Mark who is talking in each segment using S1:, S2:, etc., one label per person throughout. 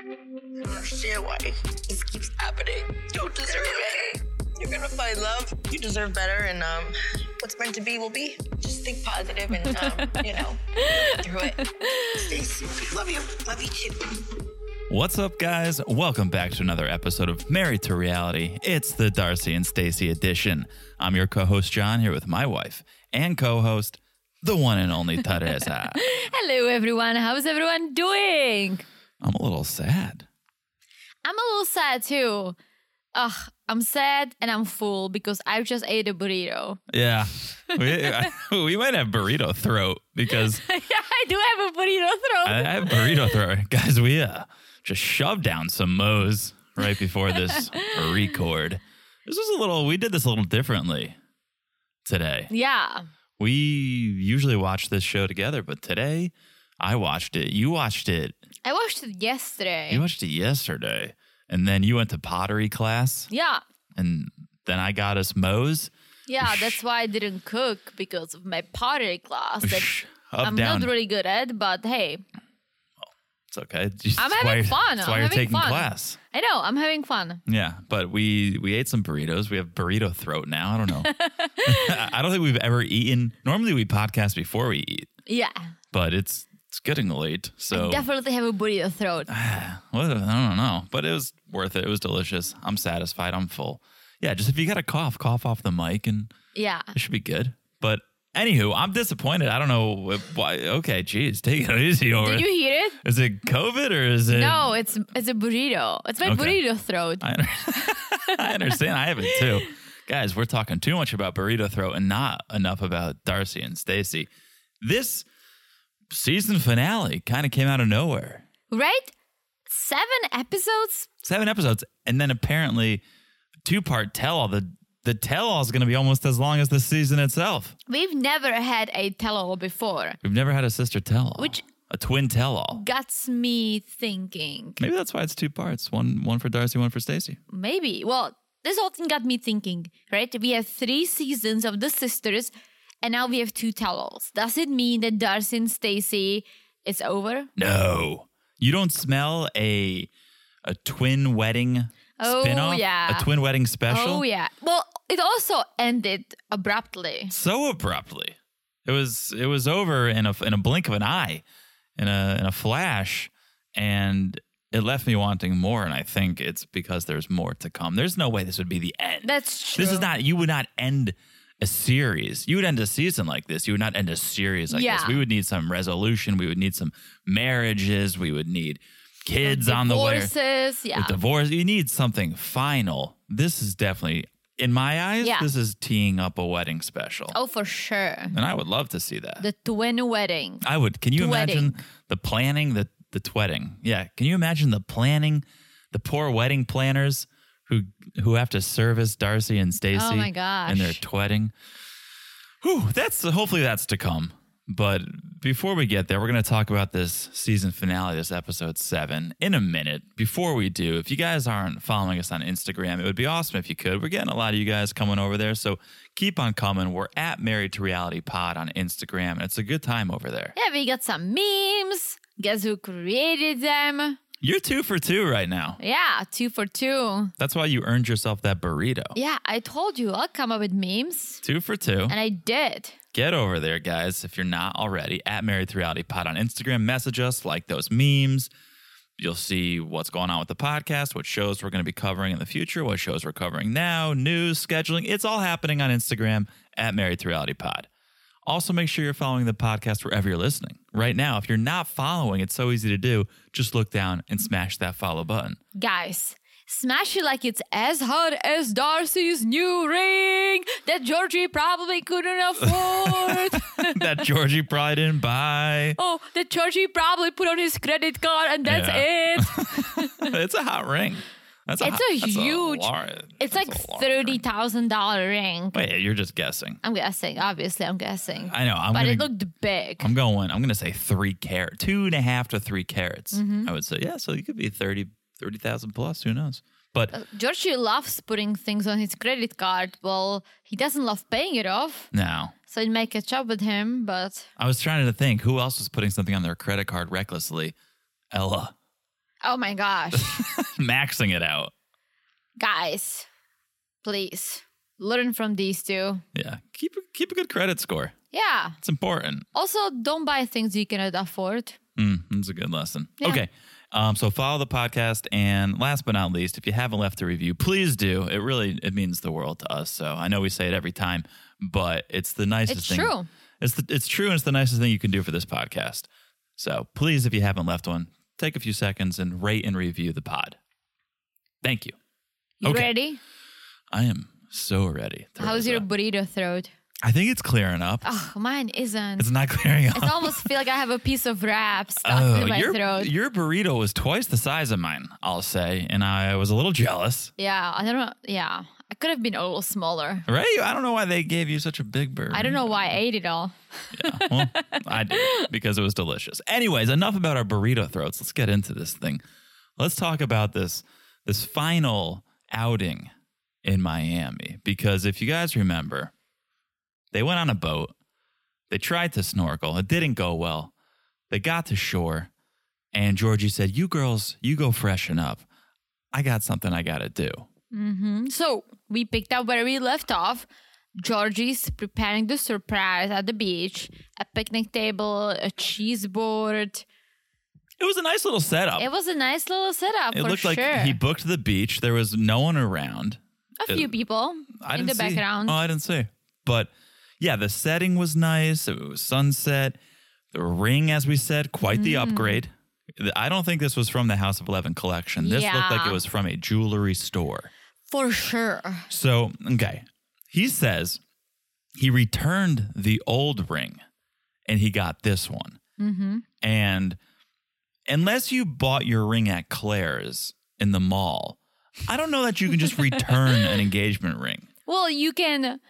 S1: I don't understand why this keeps happening. You don't deserve it. You're gonna find love. You deserve better, and um, what's meant to be will be. Just think positive and um, you know, through it. Stay safe. Love you. Love you too.
S2: What's up, guys? Welcome back to another episode of Married to Reality. It's the Darcy and Stacy edition. I'm your co host, John, here with my wife and co host, the one and only Teresa.
S3: Hello, everyone. How's everyone doing?
S2: I'm a little sad.
S3: I'm a little sad too. Ugh, I'm sad and I'm full because I just ate a burrito.
S2: Yeah. We, I- we might have burrito throat because
S3: yeah, I do have a burrito throat.
S2: I, I have burrito throat. Guys, we uh, just shoved down some Moe's right before this record. This was a little, we did this a little differently today.
S3: yeah.
S2: We usually watch this show together, but today I watched it. You watched it.
S3: I watched it yesterday.
S2: You watched it yesterday. And then you went to pottery class.
S3: yeah.
S2: And then I got us Moe's.
S3: Yeah, that's why I didn't cook because of my pottery class that
S2: Up,
S3: I'm
S2: down.
S3: not really good at, but hey,
S2: it's okay. Just-
S3: I'm
S2: that's
S3: having
S2: why-
S3: fun.
S2: That's
S3: I'm
S2: why you're
S3: having
S2: taking
S3: fun.
S2: class.
S3: I know, I'm having fun.
S2: Yeah. But we, we ate some burritos. We have burrito throat now. I don't know. I don't think we've ever eaten. Normally we podcast before we eat,
S3: Yeah.
S2: but it's it's getting late. So
S3: Definitely have a burrito throat.
S2: Well, I don't know, but it was worth it. It was delicious. I'm satisfied. I'm full. Yeah, just if you got a cough, cough off the mic, and
S3: Yeah.
S2: it should be good. But anywho, I'm disappointed. I don't know if- why. Okay, geez, take it easy over.
S3: Did you hear it?
S2: is it COVID or is it?
S3: No, it's it's a burrito. It's my
S2: Okay.
S3: burrito throat.
S2: I, under- I understand. I have it too. Guys, we're talking too much about burrito throat and not enough about Darcy and Stacy. This season finale kind of came out of nowhere.
S3: right? Seven episodes?
S2: seven episodes, and then apparently two part tell all. The the tell all is going to be almost as long as the season itself.
S3: We've never had a tell all before.
S2: We've never had a sister tell all,
S3: Which-
S2: a twin tell all.
S3: Gets me thinking.
S2: Maybe that's why it's two parts one one for Darcy, one for Stacy.
S3: Maybe. Well, this whole thing got me thinking, right? We have three seasons of The Sisters, and now we have two tell alls. Does it mean that Darcy and Stacy is over?
S2: No, you don't smell a a twin wedding
S3: Oh,
S2: spinoff,
S3: yeah.
S2: a twin wedding special.
S3: Oh, yeah. Well, it also ended abruptly.
S2: so abruptly. It was it was over in a in a blink of an eye, in a in a flash, and it left me wanting more. And I think it's because there's more to come. There's no way this would be the end.
S3: That's true.
S2: This is not. You would not end a series. You would end a season like this. You would not end a series like this.
S3: Yeah.
S2: We would need some resolution. We would need some marriages. We would need kids on the way.
S3: Divorces, yeah.
S2: With divorce, you need something final. This is definitely, in my eyes,
S3: Yeah.
S2: this is teeing up a wedding special.
S3: Oh, for sure.
S2: And I would love to see that.
S3: The twin wedding.
S2: I would. Can you imagine
S3: Twedding.
S2: the planning, the the twedding? Yeah. Can you imagine the planning, the poor wedding planners who who have to service Darcy and Stacy?
S3: Oh my gosh.
S2: And their twedding. Whew, that's hopefully that's to come. But before we get there, we're going to talk about this season finale, this episode seven, in a minute. Before we do, if you guys aren't following us on Instagram, it would be awesome if you could. We're getting a lot of you guys coming over there, so keep on coming. We're at Married to Reality Pod on Instagram, and it's a good time over there.
S3: Yeah, we got some memes. Guess who created them?
S2: You're two for two right now.
S3: Yeah, two for two.
S2: That's why you earned yourself that burrito.
S3: Yeah, I told you I'll come up with memes.
S2: Two for two.
S3: And I did.
S2: Get over there, guys, if you're not already. At Married to Reality Pod on Instagram, message us, like those memes. You'll see what's going on with the podcast, what shows we're going to be covering in the future, what shows we're covering now, news, scheduling. It's all happening on Instagram at Married to Reality Pod. Also, make sure you're following the podcast wherever you're listening. Right now, if you're not following, it's so easy to do. Just look down and smash that follow button.
S3: Guys, smash it like it's as hot as Darcy's new ring that Georgie probably couldn't afford.
S2: that Georgie probably didn't buy.
S3: oh, that Georgie probably put on his credit card and that's
S2: Yeah.
S3: it.
S2: it's a hot ring. That's a
S3: It's
S2: hot,
S3: a
S2: that's
S3: huge-
S2: lar-
S3: It's
S2: that's
S3: like
S2: a large ring.
S3: $30,000 ring.
S2: Wait, you're just guessing.
S3: I'm guessing, obviously, I'm guessing.
S2: I know. I'm
S3: but
S2: gonna,
S3: it looked big.
S2: I'm going. I'm going to say three carat, two and a half to three carats.
S3: Mm-hmm.
S2: I would say yeah. So you could be 30 30,000 plus. Who knows? But
S3: Uh, Georgie loves putting things on his credit card. Well, he doesn't love paying it off,
S2: now
S3: so it might catch up with him. But
S2: I was trying to think who else was putting something on their credit card recklessly. Ella.
S3: Oh my gosh.
S2: maxing it out.
S3: Guys, please learn from these two.
S2: Yeah, keep keep a good credit score.
S3: Yeah.
S2: It's important.
S3: Also, don't buy things you cannot afford.
S2: Mm, that's a good lesson.
S3: Yeah.
S2: Okay. Um, so follow the podcast, and last but not least, if you haven't left a review, please do. It really it means the world to us. So I know we say it every time, but it's the nicest
S3: It's
S2: thing.
S3: true.
S2: It's the, it's true, and it's the nicest thing you can do for this podcast. So please, if you haven't left one, take a few seconds and rate and review the pod. Thank you.
S3: You
S2: Okay.
S3: ready?
S2: I am so ready. to
S3: How's
S2: raise
S3: your
S2: up.
S3: burrito throat?
S2: I think it's clearing up.
S3: Oh, mine isn't.
S2: It's not clearing up.
S3: It's almost feel like I have a piece of wrap stuck
S2: Oh,
S3: in my
S2: your,
S3: throat.
S2: your burrito was twice the size of mine, I'll say, and I was a little jealous.
S3: yeah, I don't know. Yeah, I could have been a little smaller.
S2: Right? I don't know why they gave you such a big burrito.
S3: I don't know why I ate it all.
S2: Well, I did because it was delicious. Anyways, enough about our burrito throats. Let's get into this thing. Let's talk about this this final outing in Miami because if you guys remember, they went on a boat. They tried to snorkel. It didn't go well. They got to shore and Georgie said, "You girls, you go freshen up. I got something I got to do."
S3: hmm So we picked up where we left off. Georgie's preparing the surprise at the beach, a picnic table, a cheese board.
S2: It was a nice little setup.
S3: It was a nice little setup
S2: It
S3: for
S2: looked
S3: sure.
S2: like he booked the beach. There was no one around.
S3: a few people
S2: uh, I
S3: in the
S2: didn't see.
S3: background.
S2: Oh, I didn't see. But yeah, the setting was nice. It was sunset. The ring, as we said, quite the
S3: Mm.
S2: upgrade. The- I don't think this was from the House of Eleven collection. This looked like
S3: Yeah.
S2: it was from a jewelry store.
S3: for sure.
S2: So, okay. He says he returned the old ring and he got this one.
S3: hmm
S2: And unless you bought your ring at Claire's in the mall, I don't know that you can just return an engagement ring.
S3: Well, you can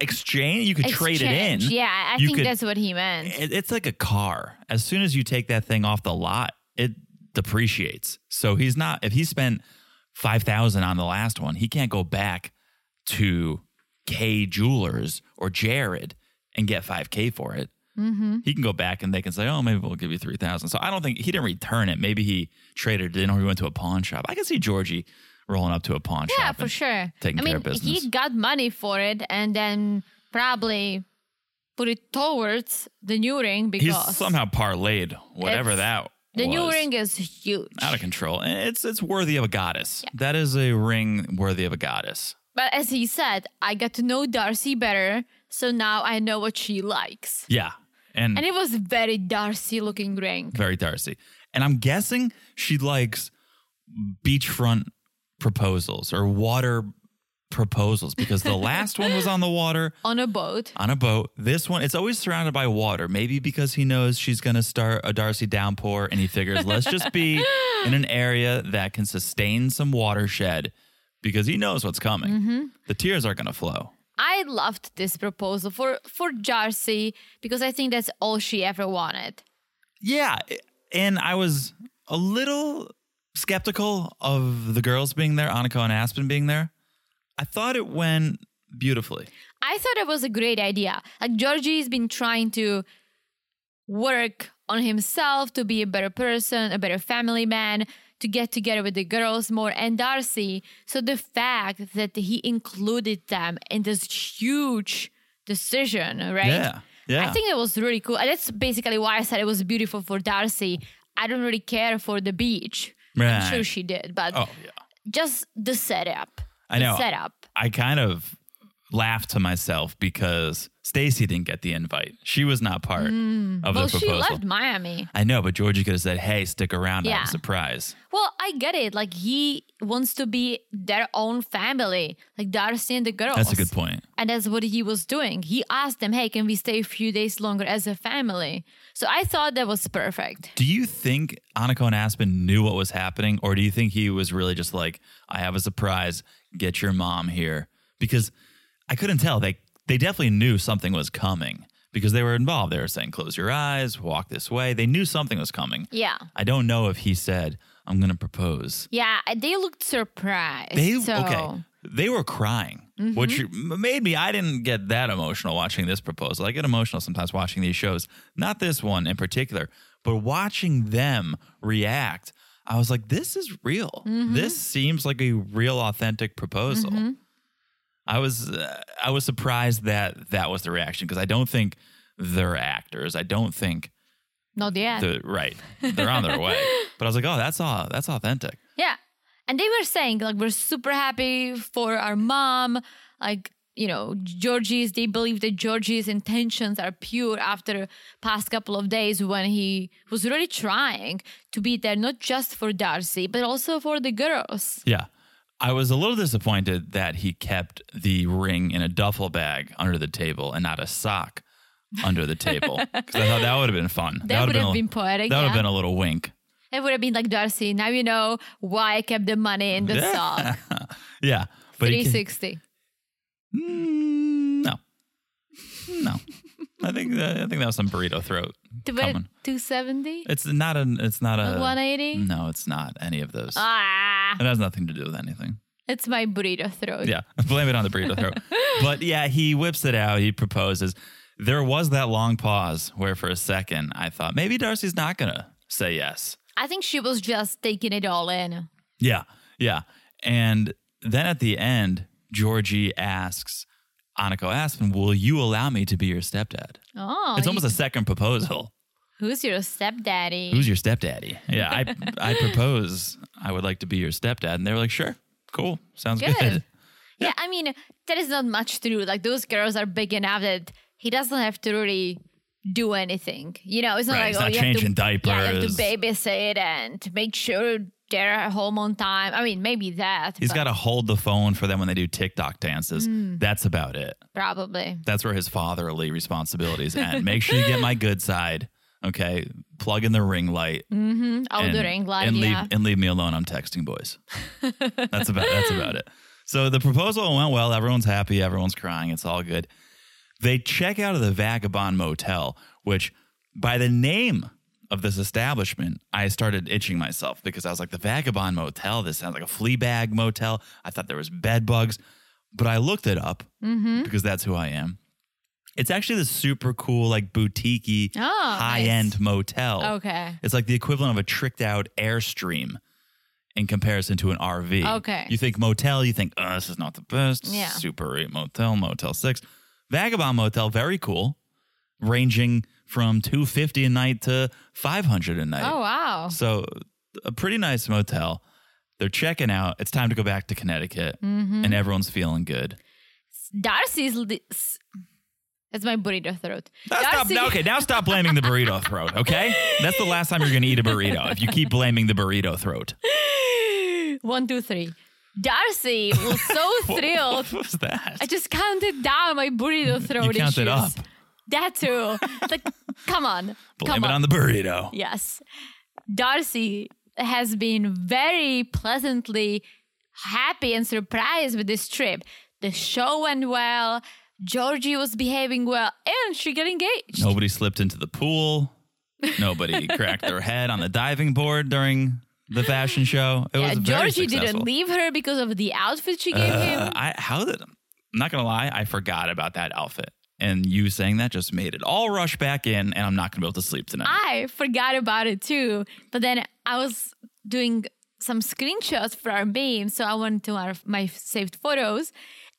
S2: Exchange, you could trade it in.
S3: exchange. Yeah, I
S2: You
S3: think
S2: could-
S3: that's what he meant.
S2: It- it's like a car. As soon as you take that thing off the lot, it depreciates. So he's not if he spent 5,000 on the last one, he can't go back to K Jewelers or Jared and get 5k for it.
S3: hmm
S2: He can go back and they can say, "Oh, maybe we'll give you 3,000." So I don't think he didn't return it. Maybe he traded it in or he went to a pawn shop. I can see Georgie rolling up to a pawn shop.
S3: Yeah, for
S2: and-
S3: sure.
S2: taking
S3: I
S2: care
S3: mean,
S2: of business.
S3: he got money for it and then probably put it towards the new ring
S2: He's
S3: because
S2: somehow parlayed whatever
S3: It's-
S2: that
S3: the new
S2: was.
S3: ring is huge.
S2: out of control. And it's it's worthy of a goddess. That is a ring worthy of a goddess.
S3: But as he said, I got to know Darcy better, so now I know what she likes.
S2: Yeah. And,
S3: And it was very Darcy looking ring.
S2: very Darcy. And I'm guessing she likes beachfront proposals or water proposals because the last one was on the water
S3: On a boat.
S2: on a boat. This one it's always surrounded by water. Maybe because he knows she's going to start a Darcy downpour and he figures let's just be in an area that can sustain some watershed because he knows what's coming. The tears are going to flow.
S3: I loved this proposal for for Darcy because I think that's all she ever wanted.
S2: Yeah. And I was a little skeptical of the girls being there, Annika and Aspen being there. I thought it went beautifully.
S3: I thought it was a great idea. Like Georgie's been trying to work on himself to be a better person, a better family man, to get together with the girls more and Darcy. So the fact that he included them in this huge decision, right?
S2: Yeah. Yeah.
S3: I think it was really cool. And that's basically why I said it was beautiful for Darcy. I don't really care for the beach.
S2: Right.
S3: I'm sure she did, but
S2: oh, yeah.
S3: just the setup.
S2: I know.
S3: The setup.
S2: I kind of laughed to myself because Stacy didn't get the invite. She was not part of
S3: Mm. Well,
S2: the
S3: she
S2: proposal.
S3: left Miami.
S2: I know, but Georgie could have said, hey, stick around. I
S3: Yeah.
S2: have a surprise.
S3: Well, I get it. Like he wants to be their own family, like Darcy and the girls.
S2: That's a good point.
S3: And that's what he was doing. He asked them, "Hey, can we stay a few days longer as a family?" So I thought that was perfect.
S2: Do you think Annika and Aspen knew what was happening, or do you think he was really just like, "I have a surprise. Get your mom here"? Because I couldn't tell. They they definitely knew something was coming because they were involved. They were saying, "Close your eyes, walk this way." They knew something was coming.
S3: Yeah,
S2: I don't know if he said, "I'm going to propose."
S3: yeah. and They looked surprised.
S2: They
S3: so,
S2: okay. They were crying, which m- made me. I didn't get that emotional watching this proposal. I get emotional sometimes watching these shows, not this one in particular, but watching them react. I was like, this is real.
S3: Mhm.
S2: This seems like a real, authentic proposal. I was uh, I was surprised that that was the reaction because I don't think they're actors. I don't think
S3: Not yet.
S2: they're right. They're on their way. But I was like, oh, that's all. That's authentic.
S3: Yeah. And they were saying, like, we're super happy for our mom. Like, you know, Georgie's, they believe that Georgie's intentions are pure after past couple of days when he was really trying to be there, not just for Darcy, but also for the girls.
S2: Yeah. I was a little disappointed that he kept the ring in a duffel bag under the table and not a sock under the table because I thought that would have been fun.
S3: That
S2: would've
S3: would have
S2: a-
S3: been poetic,
S2: That would have
S3: yeah.
S2: been a little wink.
S3: It would have been like, Darcy, now you know why I kept the money in the
S2: Yeah.
S3: sock.
S2: Yeah, but he ca-
S3: 360.
S2: Mm, no, no. I think that, I think that was some burrito throat
S3: Two-
S2: coming.
S3: 270?
S2: It's not an. It's not a.
S3: 180?
S2: No, it's not any of those.
S3: Ah,
S2: it has nothing to do with anything.
S3: it's my burrito throat.
S2: Yeah, blame it on the burrito throat. But yeah, he whips it out. He proposes. There was that long pause where, for a second, I thought maybe Darcy's not gonna say yes.
S3: I think she was just taking it all in.
S2: Yeah, yeah. And then at the end, Georgie asks Aniko Aspen, "Will you allow me to be your stepdad?"
S3: Oh,
S2: it's
S3: you-
S2: almost a second proposal.
S3: Who's your stepdaddy?
S2: Who's your stepdaddy? Yeah, I I propose I would like to be your stepdad, and they were like, "Sure, cool, sounds
S3: Good.
S2: good."
S3: yeah. I mean, there is not much to do. Like those girls are big enough that he doesn't have to really do anything. You know, it's not
S2: Right,
S3: like
S2: he's
S3: oh,
S2: not
S3: you
S2: changing
S3: have to, Yeah, you have
S2: diapers.
S3: to babysit and make sure they're home on time. I mean, maybe that.
S2: He's
S3: but
S2: got to hold the phone for them when they do TikTok dances.
S3: Hmm.
S2: That's about it.
S3: probably.
S2: That's where his fatherly responsibilities end. Make sure you get my good side. Okay, plug in the ring light.
S3: Oh, the ring light.
S2: and
S3: yeah.
S2: leave and leave me alone. I'm texting boys. that's about that's about it. So the proposal went well. Everyone's happy. Everyone's crying. It's all good. They check out of the Vagabond Motel, which by the name of this establishment, I started itching myself because I was like, the Vagabond Motel. This sounds like a flea bag motel. I thought there was bed bugs, but I looked it up because that's who I am. It's actually this super cool, like boutiquey,
S3: Oh, nice. Oh,
S2: high end motel.
S3: Okay.
S2: It's like the equivalent of a tricked out airstream in comparison to an RV.
S3: Okay.
S2: You think motel, you think, oh, this is not the best.
S3: Yeah.
S2: Super 8 motel, motel 6. Vagabond motel, very cool, ranging from 250 a night to 500 a night.
S3: Oh wow.
S2: So a pretty nice motel. They're checking out. It's time to go back to Connecticut
S3: Mm-hmm.
S2: and everyone's feeling good.
S3: Darcy's. li- s- That's my burrito throat.
S2: Now stop,
S3: Darcy-
S2: okay, now stop blaming the burrito throat, okay? That's the last time you're going to eat a burrito if you keep blaming the burrito throat.
S3: One, two, three. Darcy was so thrilled.
S2: What was that?
S3: I just counted down my burrito throat
S2: you
S3: issues.
S2: counted up.
S3: That too. Like, come on.
S2: Blame
S3: come
S2: it on. the burrito.
S3: Yes. Darcy has been very pleasantly happy and surprised with this trip. The show went well. Georgie was behaving well, and she got engaged.
S2: Nobody slipped into the pool. Nobody cracked their head on the diving board during the fashion show. It
S3: yeah,
S2: was very
S3: Georgie didn't
S2: successful.
S3: leave her because of the outfit she gave
S2: Uh,
S3: him.
S2: I how did I'm not gonna lie, I forgot about that outfit. And you saying that just made it all rush back in, and I'm not gonna be able to sleep tonight.
S3: I forgot about it too. But then I was doing some screenshots for our meme, so I went to our my saved photos,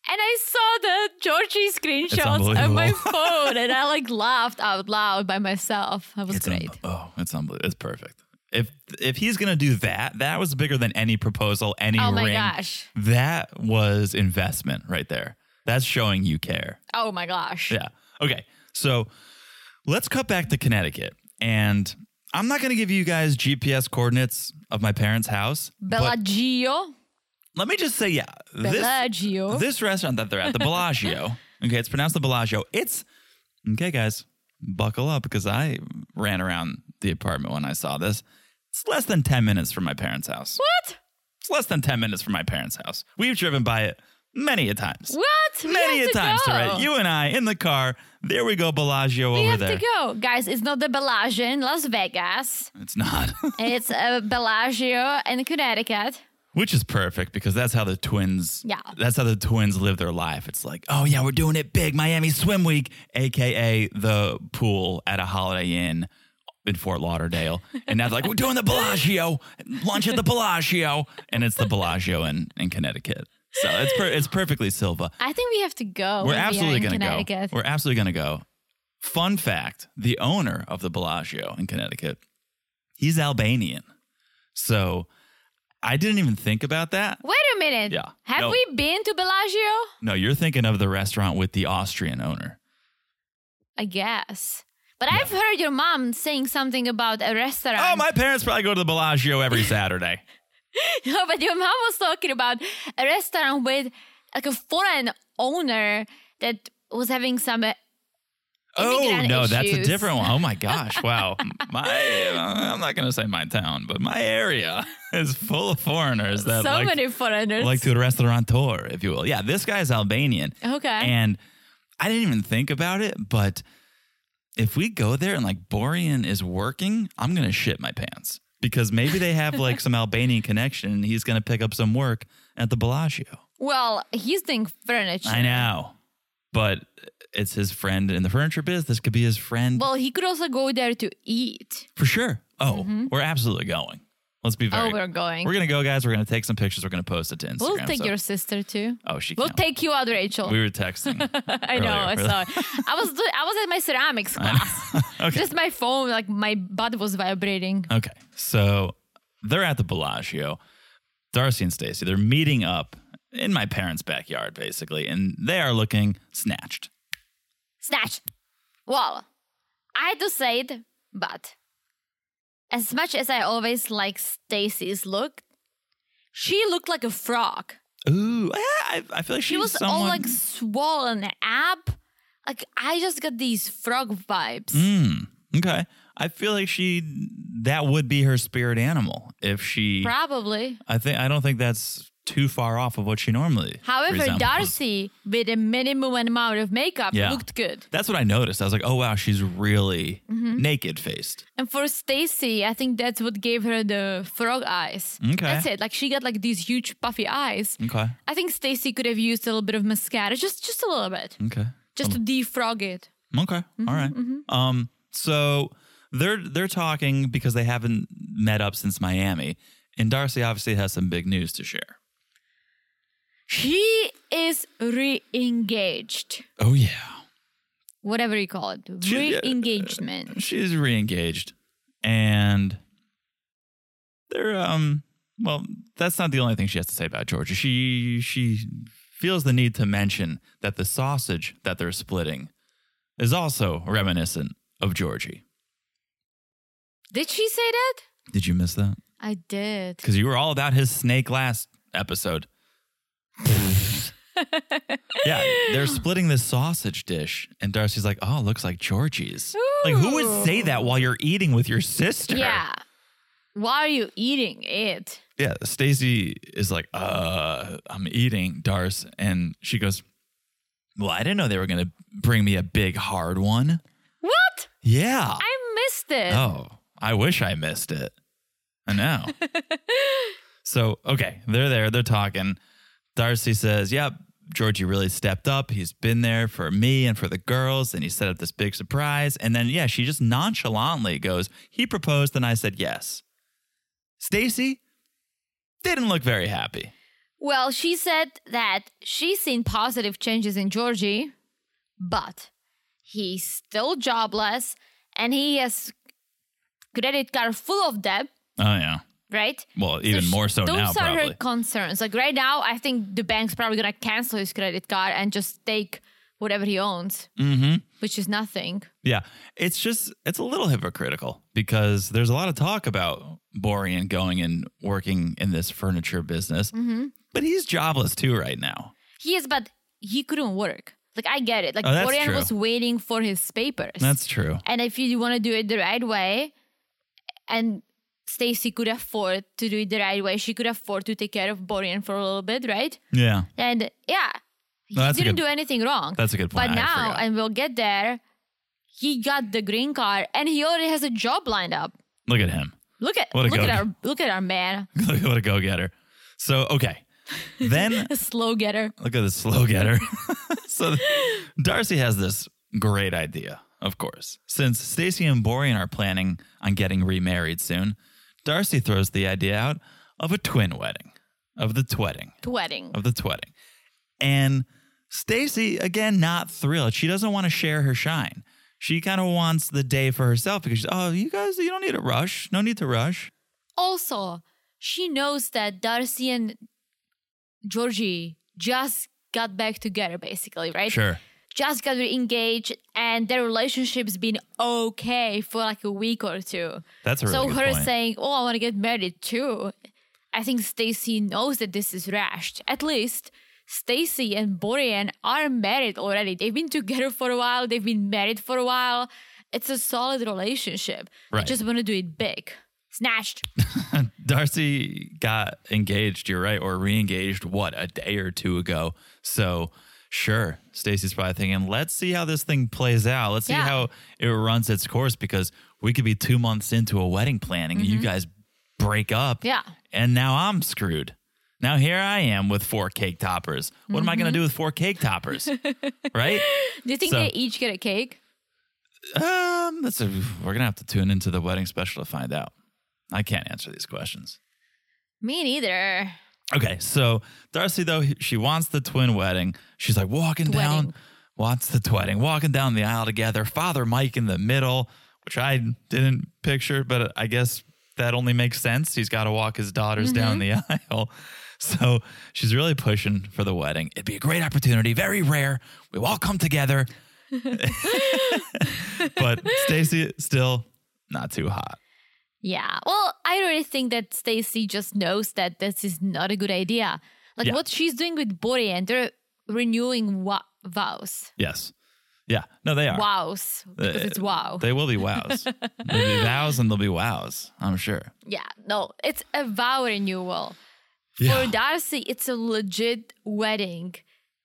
S3: and I saw the Georgie screenshots on my
S2: unbelievable.
S3: phone, and I like laughed out loud by myself. That was
S2: it's
S3: great.
S2: unbe- oh, it's unbelievable. It's perfect. If if he's gonna do that, that was bigger than any proposal, any
S3: Oh
S2: ring.
S3: my gosh.
S2: That was investment right there. That's showing you care.
S3: Oh my gosh!
S2: Yeah. Okay. So let's cut back to Connecticut. And I'm not going to give you guys GPS coordinates of my parents' house. But
S3: Bellagio,
S2: let me just say, yeah, this,
S3: Bellagio.
S2: this restaurant that they're at, the Bellagio, okay, it's pronounced the Bellagio. It's, okay, guys, buckle up because I ran around the apartment when I saw this. It's less than 10 minutes from my parents' house.
S3: what?
S2: It's less than 10 minutes from my parents' house. We've driven by it many a times.
S3: What? We
S2: Many
S3: have
S2: a
S3: to
S2: times,
S3: go.
S2: right? You and I in the car. There we go, Bellagio
S3: We
S2: over
S3: have
S2: there.
S3: to go, guys. It's not the Bellagio in Las Vegas.
S2: It's not.
S3: It's a Bellagio in Connecticut.
S2: Which is perfect because that's how the twins
S3: Yeah.
S2: That's how the twins live their life. It's like, oh yeah, we're doing it big, Miami Swim Week, aka the pool at a holiday inn in Fort Lauderdale, and now they're like, we're doing the Bellagio lunch at the Bellagio, and it's the Bellagio in in Connecticut. So it's per- it's perfectly Silva.
S3: I think we have to go.
S2: We're absolutely
S3: going
S2: gonna
S3: to
S2: go. We're absolutely gonna go. Fun fact: the owner of the Bellagio in Connecticut, he's Albanian. So I didn't even think about that.
S3: Wait a minute.
S2: Yeah.
S3: Have
S2: No.
S3: we been to Bellagio?
S2: No, you're thinking of the restaurant with the Austrian owner.
S3: I guess. But I've heard your mom saying something about a restaurant.
S2: Oh, my parents probably go to the Bellagio every Saturday.
S3: No, but your mom was talking about a restaurant with like a foreign owner that was having some. Uh,
S2: oh
S3: Immigrant
S2: no, that's a
S3: issues.
S2: different one. Oh my gosh! Wow, my I'm not gonna say my town, but my area is full of foreigners
S3: so
S2: that like,
S3: many foreigners.
S2: like to restaurateur, if you will. Yeah, this guy's Albanian.
S3: okay.
S2: And I didn't even think about it, but if we go there and like Borean is working, I'm going to shit my pants because maybe they have like some Albanian connection and he's going to pick up some work at the Bellagio.
S3: well, he's doing furniture.
S2: I know. But it's his friend in the furniture biz. This could be his friend
S3: Well, he could also go there to eat.
S2: for sure. Oh, we're absolutely going. Let's be very.
S3: Mm-hmm. oh, we're going.
S2: we're going to go, guys. We're going to take some pictures. We're going to post it to Instagram.
S3: we'll take
S2: so-
S3: your sister too.
S2: Oh, she
S3: We'll
S2: can't.
S3: take you out, Rachel.
S2: We were texting.
S3: I know. I
S2: earlier.
S3: saw. it. I was do- I was at my ceramics class.
S2: okay.
S3: Just my phone, like my butt was vibrating.
S2: Okay. So they're at the Bellagio. Darcy and Stacy, they're meeting up in my parents' backyard, basically, and they are looking snatched.
S3: Snatch. Well, I had to say it, but as much as I always like Stacy's look, she looked like a frog.
S2: Ooh, yeah, I, I feel like
S3: She
S2: she's
S3: was
S2: someone.
S3: all like swollen up. Like I just got these frog vibes.
S2: Mm, okay. I feel like she that would be her spirit animal if she.
S3: Probably.
S2: I think I don't think that's too far off of what she normally.
S3: However,
S2: resembles.
S3: Darcy, with a minimum amount of makeup,
S2: Yeah.
S3: looked good.
S2: That's what I noticed. I was like, oh wow, she's really
S3: Mm-hmm.
S2: naked faced.
S3: And for Stacy, I think that's what gave her the frog eyes.
S2: Okay.
S3: That's it. Like she got like these huge puffy eyes.
S2: Okay.
S3: I think Stacy could have used a little bit of mascara, just just a little bit,
S2: Okay.
S3: just
S2: Um.
S3: to defrog it.
S2: Okay. All right. Um. So they're they're talking because they haven't met up since Miami, and Darcy obviously has some big news to share.
S3: She is re-engaged,
S2: Oh yeah,
S3: whatever you call it,
S2: She- uh,
S3: re-engagement.
S2: she's re-engaged, and they're um. Well, that's not the only thing she has to say about Georgia. She she feels the need to mention that the sausage that they're splitting is also reminiscent of Georgie.
S3: Did she say that?
S2: Did you miss that?
S3: I did.
S2: Because you were all about his snake last episode. yeah, they're splitting this sausage dish, and Darcy's like, "Oh, looks like Georgie's." Like, who would say that while you're eating with your sister?
S3: Yeah. Why are you eating it?
S2: yeah. Stacy is like, "Uh, I'm eating Darce," and she goes, "Well, I didn't know they were gonna bring me a big hard one."
S3: What?
S2: Yeah.
S3: I missed it.
S2: Oh, I wish I missed it. I know. so, okay, they're there, they're talking. Darcy says, Yep, Georgie really stepped up. He's been there for me and for the girls, and he set up this big surprise. And then, yeah, she just nonchalantly goes, He proposed, and I said yes. Stacy didn't look very happy.
S3: Well, she said that she's seen positive changes in Georgie, but he's still jobless and he has credit card full of debt,
S2: Oh, yeah.
S3: right?
S2: Well, even
S3: sh-
S2: more so
S3: those
S2: now,
S3: are her
S2: probably.
S3: concerns. Like right now, I think the bank's probably gonna cancel his credit card and just take whatever he owns,
S2: Mm-hmm.
S3: which is nothing.
S2: Yeah. It's just, it's a little hypocritical because there's a lot of talk about Borean going and working in this furniture business,
S3: Mm-hmm.
S2: but he's jobless too right now.
S3: He is, but he couldn't work. Like I get it. Like
S2: Oh, that's
S3: Florian
S2: true.
S3: was waiting for his papers.
S2: That's true.
S3: And if you want to do it the right way, and Stacy could afford to do it the right way, she could afford to take care of Borean for a little bit, right?
S2: Yeah.
S3: And yeah, he
S2: No, that's a
S3: didn't
S2: good-
S3: do anything wrong.
S2: That's a good
S3: but
S2: point. I
S3: now,
S2: forgot.
S3: and we'll get there, he got the green card and he already has a job lined up.
S2: look at him.
S3: Look at
S2: What a
S3: look at
S2: go-
S3: our look at our man,
S2: look at a go getter. So, okay. Then
S3: a slow getter.
S2: Look at the slow getter. so Darcy has this great idea of course. Since Stacy and Borean are planning on getting remarried soon, Darcy throws the idea out of a twin wedding, of the twedding,
S3: Wedding.
S2: of the twedding. And Stacy, again, not thrilled. She doesn't want to share her shine. She kind of wants the day for herself because, she's, oh, you guys, you don't need to rush. No need to rush.
S3: Also, she knows that Darcy and Georgie just got back together, basically, right?
S2: Sure.
S3: Just got engaged, and their relationship's been okay for like a week or two.
S2: That's a really
S3: so
S2: good
S3: her
S2: point.
S3: saying, "Oh, I want to get married too," I think Stacy knows that this is rash. At least Stacy and Borean are married already. They've been together for a while. They've been married for a while. It's a solid relationship.
S2: Right.
S3: They just want to do it big. Snatched.
S2: Darcy got engaged, you're right, or re engaged, what, a day or two ago. So, sure, Stacy's probably thinking, let's see how this thing plays out. Let's see
S3: Yeah.
S2: how it runs its course because we could be two months into a wedding planning and you guys break up.
S3: Mm-hmm. Yeah.
S2: And now I'm screwed. Now here I am with four cake toppers. What am I
S3: Mm-hmm.
S2: going to do with four cake toppers? right?
S3: Do you think
S2: So-
S3: they each get a cake?
S2: Um, that's a, we're going to have to tune into the wedding special to find out. I can't answer these questions.
S3: Me neither.
S2: Okay, so Darcy though she wants the twin wedding. She's like walking down,
S3: Wedding.
S2: wants the wedding, walking down the aisle together. Father Mike in the middle, which I didn't picture, but I guess that only makes sense. He's got to walk his daughters down the aisle. So she's really pushing for the wedding. It'd be a great opportunity, very rare. We all come together. but Stacy still not too hot.
S3: Yeah. Well, I really think that Stacy just knows that this is not a good idea. Like
S2: Yeah.
S3: what she's doing with Borean, they're renewing wa- vows.
S2: Yes. Yeah. No, they are.
S3: Wows. Because
S2: Uh,
S3: it's wow.
S2: They will be wows. They'll be vows and they'll be wows, I'm sure.
S3: Yeah, no, it's a vow renewal.
S2: Yeah.
S3: For Darcy, it's a legit wedding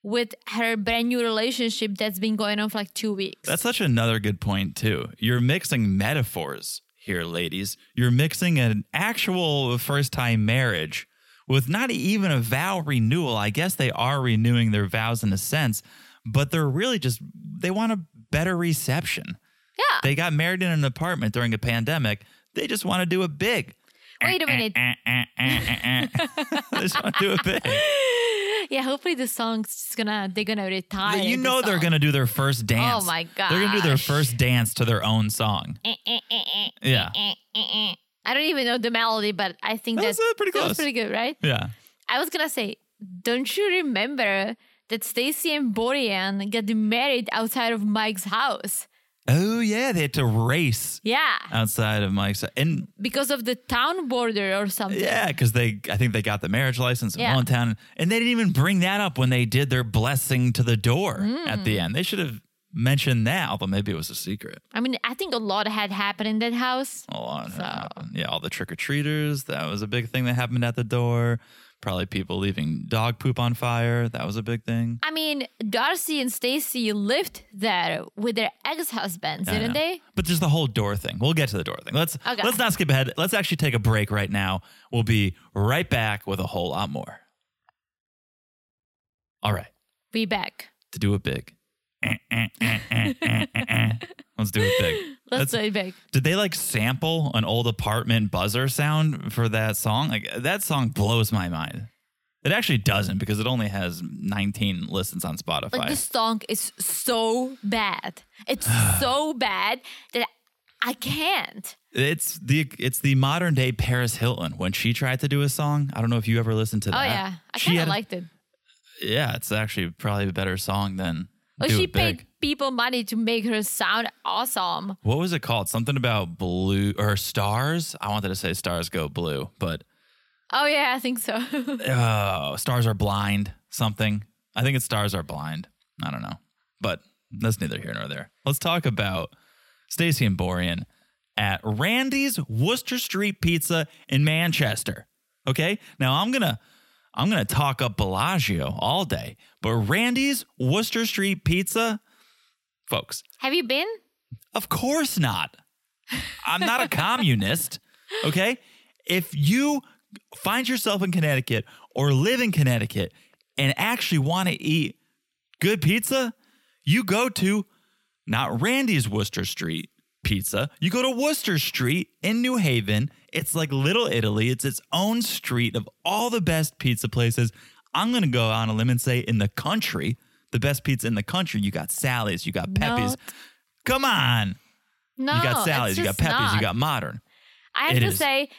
S3: with her brand new relationship that's been going on for like two weeks.
S2: That's such another good point, too. You're mixing metaphors here, ladies. You're mixing an actual first time marriage with not even a vow renewal. I guess they are renewing their vows in a sense, but they're really just, they want a better reception.
S3: yeah.
S2: They got married in an apartment during a pandemic. They just want to do it big.
S3: Wait a
S2: eh,
S3: minute.
S2: They just want to do it big.
S3: yeah, hopefully the song's just gonna they're gonna retire.
S2: you know they're gonna do their first dance.
S3: Oh my
S2: They're gonna do their
S3: gosh. Eh,
S2: first dance to their own song. yeah,
S3: gonna I don't even know the melody, but I think
S2: That was,
S3: that's
S2: uh, pretty
S3: that
S2: close.
S3: was pretty good, right?
S2: yeah.
S3: I was gonna say, don't you remember that Stacy and Borean got married outside of Mike's house?
S2: Oh yeah, they had to race
S3: Yeah.
S2: outside of Mike's, and
S3: because of the town border or something.
S2: yeah, because they, I think they got the marriage license in
S3: Yeah.
S2: one town, and they didn't even bring that up when they did their blessing to the door at
S3: Mm.
S2: the end. They should have mentioned that, although maybe it was a secret.
S3: I mean, I think a lot had happened in that house.
S2: A lot happened. Yeah, all the trick or treaters. That was a big thing that happened at the door. Probably people leaving dog poop on fire. That was a big thing.
S3: I mean, Darcy and Stacy lived there with their ex-husbands,
S2: I
S3: didn't
S2: know.
S3: they?
S2: But there's the whole door thing. We'll get to the door thing. Let's
S3: Okay.
S2: let's not skip ahead. Let's actually take a break right now. We'll be right back with a whole lot more. All right,
S3: Be back.
S2: to do it big. Eh, eh, eh, eh, eh, eh, eh. Let's do it big.
S3: Let's
S2: That's-
S3: say back.
S2: Did they like sample an old apartment buzzer sound for that song? Like that song blows my mind. It actually doesn't because it only has 19 listens on Spotify.
S3: Like this song is so bad. It's so bad that I can't.
S2: It's the it's the modern day Paris Hilton when she tried to do a song. I don't know if you ever listened to that.
S3: Oh yeah, I
S2: She
S3: kind
S2: had
S3: of
S2: a-
S3: liked it.
S2: Yeah, it's actually probably a better song than.
S3: Oh,
S2: Do
S3: she
S2: It Big.
S3: paid people money to make her sound awesome.
S2: What was it called? Something about blue or stars? I wanted to say stars go blue, but
S3: Oh yeah, I think so.
S2: oh, stars are blind. Something. I think it's stars are blind. I don't know, but that's neither here nor there. Let's talk about Stacy and Borean at Randy's Worcester Street Pizza in Manchester. Okay, now I'm gonna I'm gonna talk up Bellagio all day, but Randy's Worcester Street Pizza, folks.
S3: Have you been?
S2: Of course not. I'm not a communist. Okay. If you find yourself in Connecticut or live in Connecticut and actually want to eat good pizza, you go to not Randy's Worcester Street pizza. You go to Worcester Street in New Haven. It's like Little Italy, it's its own street of all the best pizza places. I'm going to go on a limb and say in the country, the best pizza in the country. You got Sally's, you got Pepe's.
S3: Not-
S2: Come on.
S3: No,
S2: you got
S3: Oh, it's
S2: Sally's, you got
S3: just
S2: Pepe's, you
S3: not.
S2: got Modern.
S3: I have
S2: It
S3: to
S2: is.
S3: say,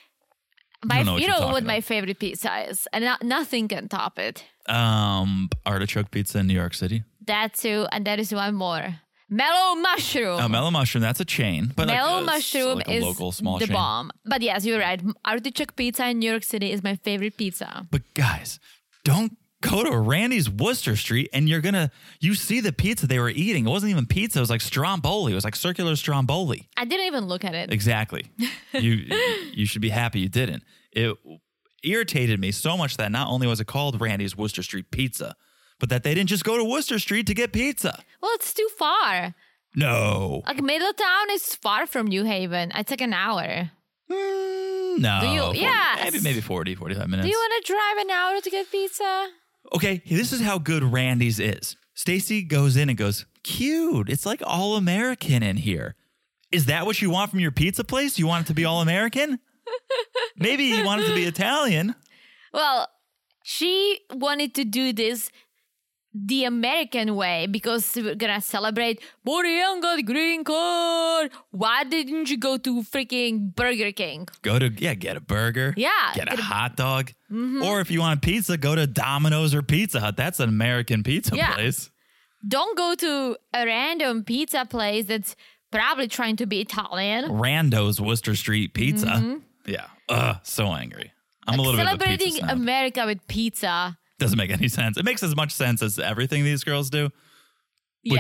S3: my,
S2: don't know what
S3: you
S2: you're
S3: know
S2: talking
S3: what my
S2: about.
S3: favorite pizza is, and no- nothing can top it.
S2: Um, artichoke pizza in New York City.
S3: That too, and there is one more. Mellow mushroom.
S2: Oh, mellow mushroom. That's a chain, but like
S3: Mellow
S2: a-
S3: mushroom
S2: like a
S3: is
S2: local small
S3: the
S2: chain.
S3: bomb. But yes, you're right. Artichoke pizza in New York City is my favorite pizza.
S2: But guys, don't go to Randy's Worcester Street and you're gonna you see the pizza they were eating. It wasn't even pizza. It was like stromboli. It was like circular stromboli.
S3: I didn't even look at it.
S2: Exactly. you you should be happy you didn't. It irritated me so much that not only was it called Randy's Worcester Street Pizza, but that they didn't just go to Worcester Street to get pizza.
S3: Well, it's too far.
S2: No.
S3: Like Middletown is far from New Haven. I took an hour.
S2: Mm, no.
S3: Do you-
S2: 40
S3: yes.
S2: Maybe maybe 40, 45 minutes.
S3: Do you want to drive an hour to get pizza?
S2: okay, this is how good Randy's is. Stacy goes in and goes, cute. It's like all American in here. Is that what you want from your pizza place? You want it to be all American? Maybe you want it to be Italian.
S3: Well, she wanted to do this the American way because we're gonna celebrate Borean got green card. Why didn't you go to freaking Burger King?
S2: Go to, yeah, get a burger.
S3: Yeah, Mm-hmm.
S2: Get a
S3: get a-
S2: hot dog. Or if you want pizza, go to Domino's or Pizza Hut. That's an American pizza
S3: Yeah.
S2: place.
S3: Don't go to a random pizza place that's probably trying to be Italian.
S2: Rando's Worcester Street Pizza.
S3: Mm-hmm.
S2: Yeah. Ugh, so angry. I'm a little bit of a
S3: Celebrating
S2: pizza snob.
S3: America with pizza.
S2: doesn't make any sense. It makes as much sense as everything these girls do, which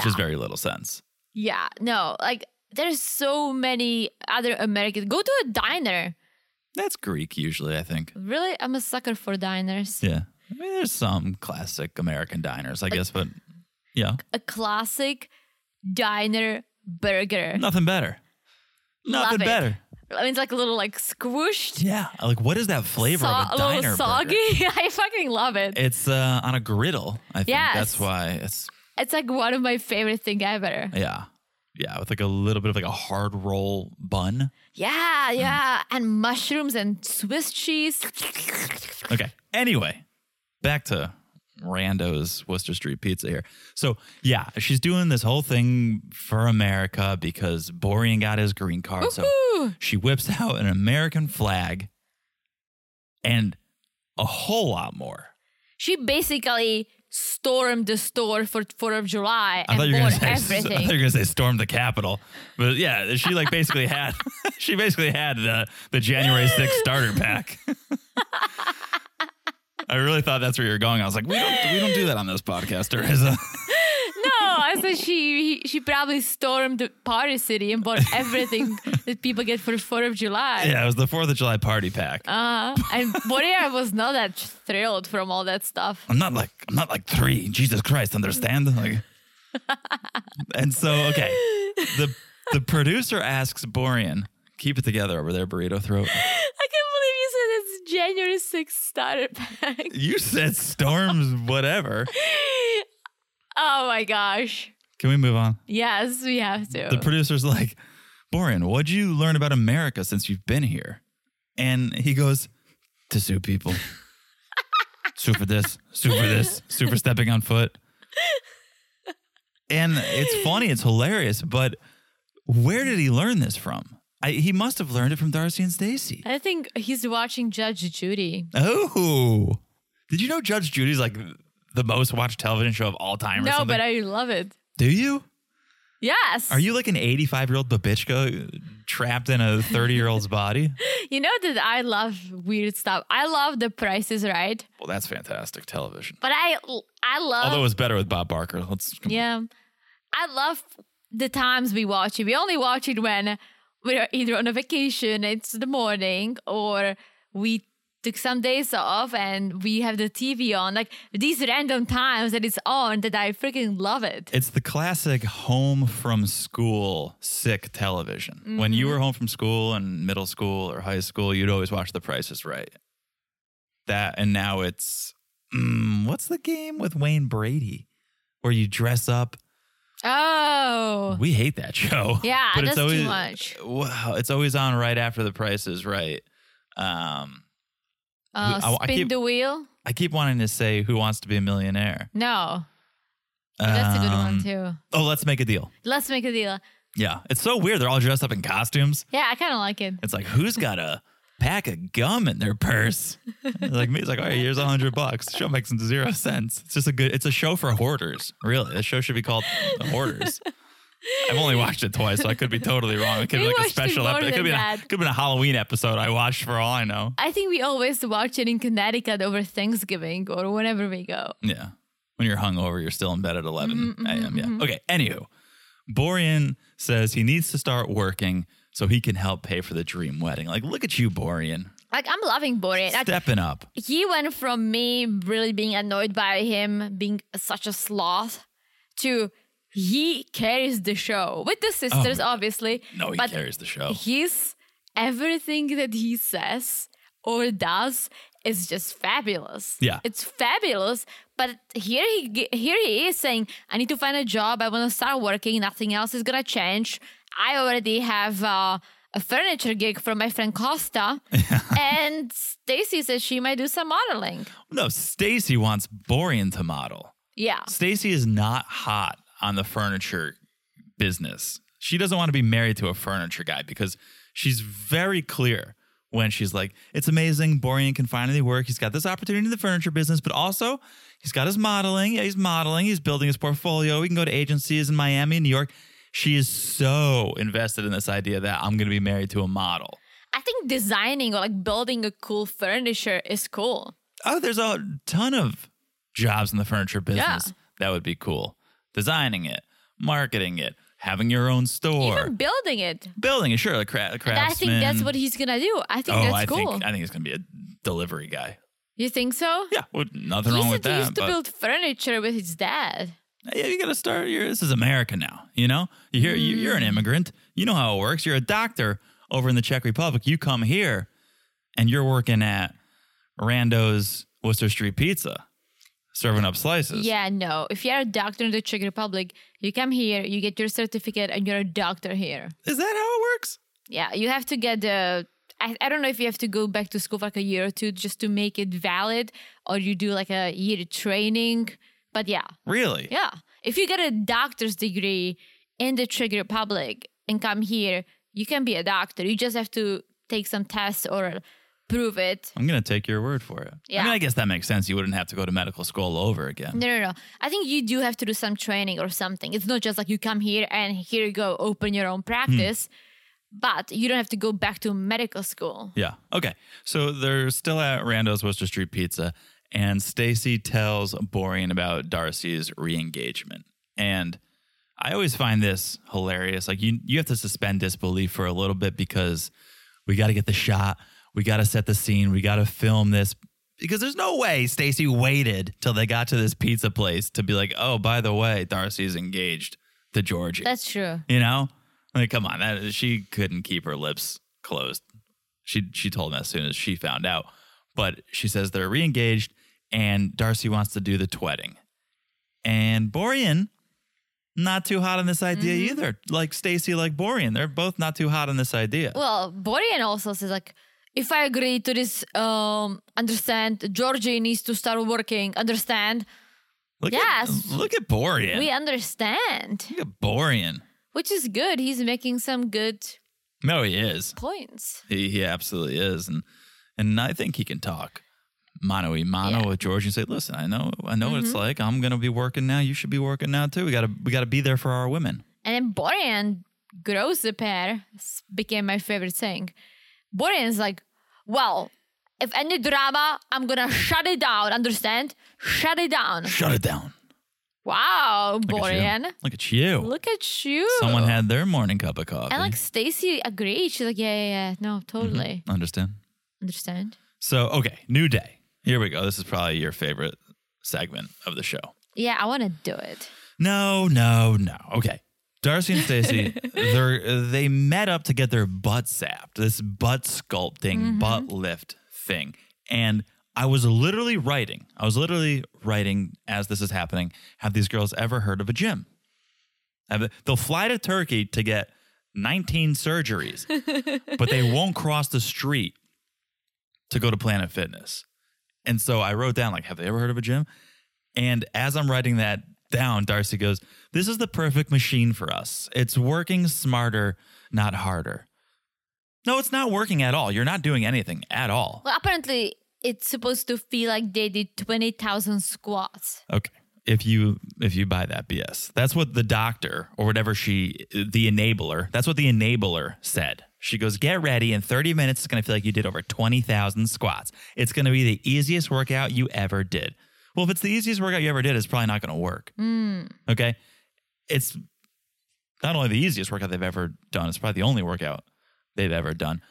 S3: yeah.
S2: is very little sense.
S3: Yeah, no, like there's so many other Americans. Go to a diner.
S2: That's Greek usually, I think.
S3: Really, I'm a sucker for diners.
S2: Yeah. I mean, there's some classic American diners, I guess, but yeah,
S3: A classic diner burger.
S2: nothing better. Nothing
S3: Love it.
S2: better.
S3: I mean, it's like a little like squished,
S2: Yeah. Like, what is that flavor
S3: so-
S2: of a
S3: a
S2: diner?
S3: little
S2: burger?
S3: soggy. I fucking love it.
S2: It's uh, on a griddle, I think.
S3: Yes.
S2: That's why it's,
S3: It's like one of my favorite thing ever.
S2: yeah. Yeah, with like a little bit of like a hard roll bun.
S3: Yeah, yeah, and mushrooms and Swiss cheese.
S2: Okay. Anyway, back to Rando's Worcester Street Pizza here. So yeah, she's doing this whole thing for America because Borean got his green card. So
S3: Woohoo!
S2: she whips out an American flag and a whole lot more.
S3: She basically stormed the store for Fourth of July
S2: I thought
S3: and
S2: you were
S3: bought
S2: gonna say I thought you
S3: everything.
S2: were gonna say storm the Capitol, but yeah, she like basically had she basically had the the January 6th starter pack. I really thought that's where you were going. I was like, we don't we don't do that on this podcast, Teresa.
S3: No, I said she she probably stormed the party city and bought everything that people get for Fourth of July.
S2: Yeah, it was the Fourth of July party pack.
S3: Uh, and Borea was not that thrilled from all that stuff.
S2: I'm not like I'm not like three. Jesus Christ, understand? Like, and so okay, the the producer asks Borean, "Keep it together over there, burrito throat."
S3: I can't believe you said it's January 6th starter pack.
S2: You said storms, whatever.
S3: Oh my gosh.
S2: Can we move on?
S3: Yes, we have to.
S2: The producer's like, Borean, what'd you learn about America since you've been here? And he goes, to sue people. sue for this, sue for this, sue for stepping on foot. And it's funny, it's hilarious, but where did he learn this from? I, he must have learned it from Darcy and Stacy.
S3: I think he's watching Judge Judy.
S2: Oh, did you know Judge Judy's like the most watched television show of all time? Or
S3: No,
S2: something?
S3: but I love it.
S2: do you?
S3: Yes.
S2: Are you like an 85 year old babichka trapped in a 30 year old's body?
S3: You know that I love weird stuff. I love the prices, right?
S2: Well, that's fantastic television.
S3: But I I love
S2: Although it was better with Bob Barker. Let's come
S3: Uh, Yeah. I love the times we watch it. We only watch it when we're either on a vacation, it's the morning, or we took some days off and we have the TV on. Like these random times that it's on that I freaking love it.
S2: It's the classic home from school sick television. When
S3: Mm-hmm.
S2: you were home from school in middle school or high school, you'd always watch The Price is Right. That and now it's mm, what's the game with Wayne Brady where you dress up
S3: Oh.
S2: We hate that show.
S3: Yeah,
S2: But it's
S3: that's
S2: always-
S3: too much.
S2: Wow, it's always on right after The Price is Right. Um,
S3: Uh,
S2: I- I
S3: spin
S2: keep-
S3: the wheel?
S2: I keep wanting to say Who Wants to Be a Millionaire.
S3: No. Oh, That's a good
S2: Um,
S3: one too.
S2: Oh, let's make a deal.
S3: Let's make a deal.
S2: Yeah, it's so weird. They're all dressed up in costumes.
S3: Yeah, I kind of like it.
S2: It's like who's got a pack of gum in their purse? It's like me. It's like all right, here's a hundred bucks. The show makes zero sense. It's just a good. It's a show for hoarders. Really, the show should be called The Hoarders. I've only watched it twice, so I could be totally wrong. It could
S3: We
S2: be like a
S3: watched it
S2: special
S3: more
S2: episode. It could
S3: than
S2: be, a,
S3: that.
S2: could be a Halloween episode I watched for all I know.
S3: I think we always watch it in Connecticut over Thanksgiving or whenever we go.
S2: Yeah. When you're hungover, you're still in bed at 11 a.m. Yeah. Okay. Anywho, Borean says he needs to start working so he can help pay for the dream wedding. Like, look at you, Borean,
S3: Like I'm loving Borat. Like,
S2: stepping up.
S3: he went from me really being annoyed by him being such a sloth to he carries the show with the sisters, obviously.
S2: Oh No, he
S3: but
S2: carries the show.
S3: He's everything that he says or does is just fabulous.
S2: Yeah.
S3: it's fabulous. But here he g- here he is saying, "I need to find a job. I want to start working. Nothing else is gonna change. I already have." Uh, a furniture gig from my friend Costa, and Stacy says she might do some modeling.
S2: No, Stacy wants Borean to model.
S3: Yeah,
S2: Stacy is not hot on the furniture business. She doesn't want to be married to a furniture guy because she's very clear when she's like, it's amazing. Borean can finally work. He's got this opportunity in the furniture business, but also he's got his modeling. Yeah, he's modeling. He's building his portfolio. He can go to agencies in Miami, New York. She is so invested in this idea that I'm going to be married to a model.
S3: I think designing or like building a cool furniture is cool.
S2: oh, there's a ton of jobs in the furniture business.
S3: Yeah.
S2: That would be cool. Designing it, marketing it, having your own store,
S3: Even building it,
S2: building it. Sure, a, cra- a craftsman.
S3: I think that's what he's gonna do. I think
S2: oh,
S3: that's
S2: I
S3: cool.
S2: think I think it's gonna be a delivery guy.
S3: you think so?
S2: Yeah, well, nothing
S3: he
S2: wrong
S3: said
S2: with
S3: he
S2: that.
S3: used to
S2: but-
S3: build furniture with his dad.
S2: yeah, you got to start. Your, this is America now. You know, you hear you, you're an
S3: Mm.
S2: immigrant. You know how it works. You're a doctor over in the Czech Republic. You come here, and you're working at Rando's Worcester Street Pizza, serving up slices.
S3: Yeah, no. If you're a doctor in the Czech Republic, you come here, you get your certificate, and you're a doctor here.
S2: is that how it works?
S3: Yeah, you have to get the. I, I don't know if you have to go back to school for like a year or two just to make it valid, or you do like a year training. But yeah,
S2: Really?
S3: yeah. If you get a doctor's degree in the Czech Republic and come here, you can be a doctor. You just have to take some tests or prove it.
S2: I'm gonna take your word for it. I
S3: Yeah.
S2: mean, I guess that makes sense. You wouldn't have to go to medical school all over again.
S3: No, no, no. I think you do have to do some training or something. It's not just like you come here and here you go, open your own practice, but you don't have to go back to medical school.
S2: Yeah. Okay. So they're still at Rando's Worcester Street Pizza, and Stacy tells Borean about Darcy's re-engagement. And I always find this hilarious. Like you, you have to suspend disbelief for a little bit because we got to get the shot, we got to set the scene, we got to film this. Because there's no way Stacy waited till they got to this pizza place to be like, oh, by the way, Darcy's engaged to Georgie.
S3: That's true.
S2: You know, I mean, come on, that she couldn't keep her lips closed. She she told him as soon as she found out. But she says they're reengaged, and Darcy wants to do the wedding, and Borean, not too hot on this idea
S3: Mm-hmm.
S2: either. Like Stacy, like Borean, they're both not too hot on this idea.
S3: Well, Borian also says like, if I agree to this, um, understand, Georgie needs to start working. Understand?
S2: look
S3: yes.
S2: at look at Borean.
S3: We understand,
S2: look at Borean.
S3: which is good. He's making some good
S2: No, he is.
S3: points.
S2: He he absolutely is, and and I think he can talk mano a mano
S3: Yeah. Mm-hmm.
S2: with George and say, "Listen, I know I know what it's like. I'm gonna be working now. You should be working now too. We gotta we gotta be there for our women."
S3: And then Borean grows the pair, s- became my favorite thing. Borean's like, well, if any drama, I'm gonna shut it down, understand? Shut it down.
S2: Shut it down,
S3: Wow,
S2: Look at you.
S3: Borean.
S2: Look at you.
S3: Look at you.
S2: Someone had their morning cup of coffee.
S3: And like Stacy agreed. She's like, yeah, yeah, yeah.
S2: Mm-hmm.
S3: No, totally.
S2: Understand?
S3: Understand?
S2: So okay, new day. Here we go. This is probably your favorite segment of the show.
S3: Yeah, I wanna do it.
S2: No, no, no. Okay. Darcy and Stacy, they're they met up to get their butt sapped, this butt sculpting, butt lift thing. And I was literally writing, I was literally writing as this is happening, have these girls ever heard of a gym? Have Uh, the- They'll fly to Turkey to get 19 surgeries, but they won't cross the street to go to Planet Fitness. And so I wrote down, like, have they ever heard of a gym? And as I'm writing that down, Darcy goes, This is the perfect machine for us. It's working smarter, not harder. No, it's not working at all. You're not doing anything at all.
S3: Well, apparently it's supposed to feel like they did 20,000 squats.
S2: Okay. If you if you buy that BS, that's what the doctor or whatever she the enabler. That's what the enabler said. She goes, "Get ready in 30 minutes. It's going to feel like you did over 20,000 squats. It's going to be the easiest workout you ever did." Well, if it's the easiest workout you ever did, it's probably not going to work. Okay? It's not only the easiest workout they've ever done, it's probably the only workout they've ever done.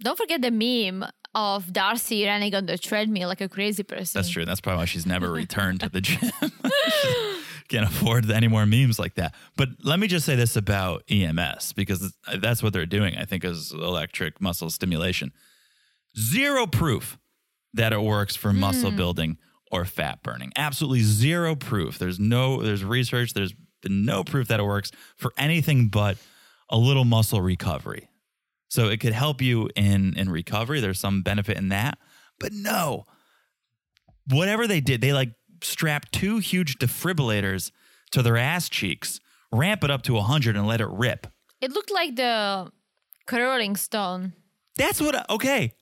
S3: Don't forget the meme of Darcy running on the treadmill like a crazy person.
S2: That's true. That's probably why she's never returned to the gym. Can't afford any more memes like that. But let me just say this about EMS because that's what they're doing, I think, is electric muscle stimulation. Zero proof that it works for muscle building or fat burning. Absolutely zero proof. There's no, there's research, there's been no proof that it works for anything but a little muscle recovery. So it could help you in in recovery. There's some benefit in that. But no, whatever they did, they like strapped two huge defibrillators to their ass cheeks, ramp it up to 100 and let it rip.
S3: It looked like the curling stone.
S2: That's what, okay.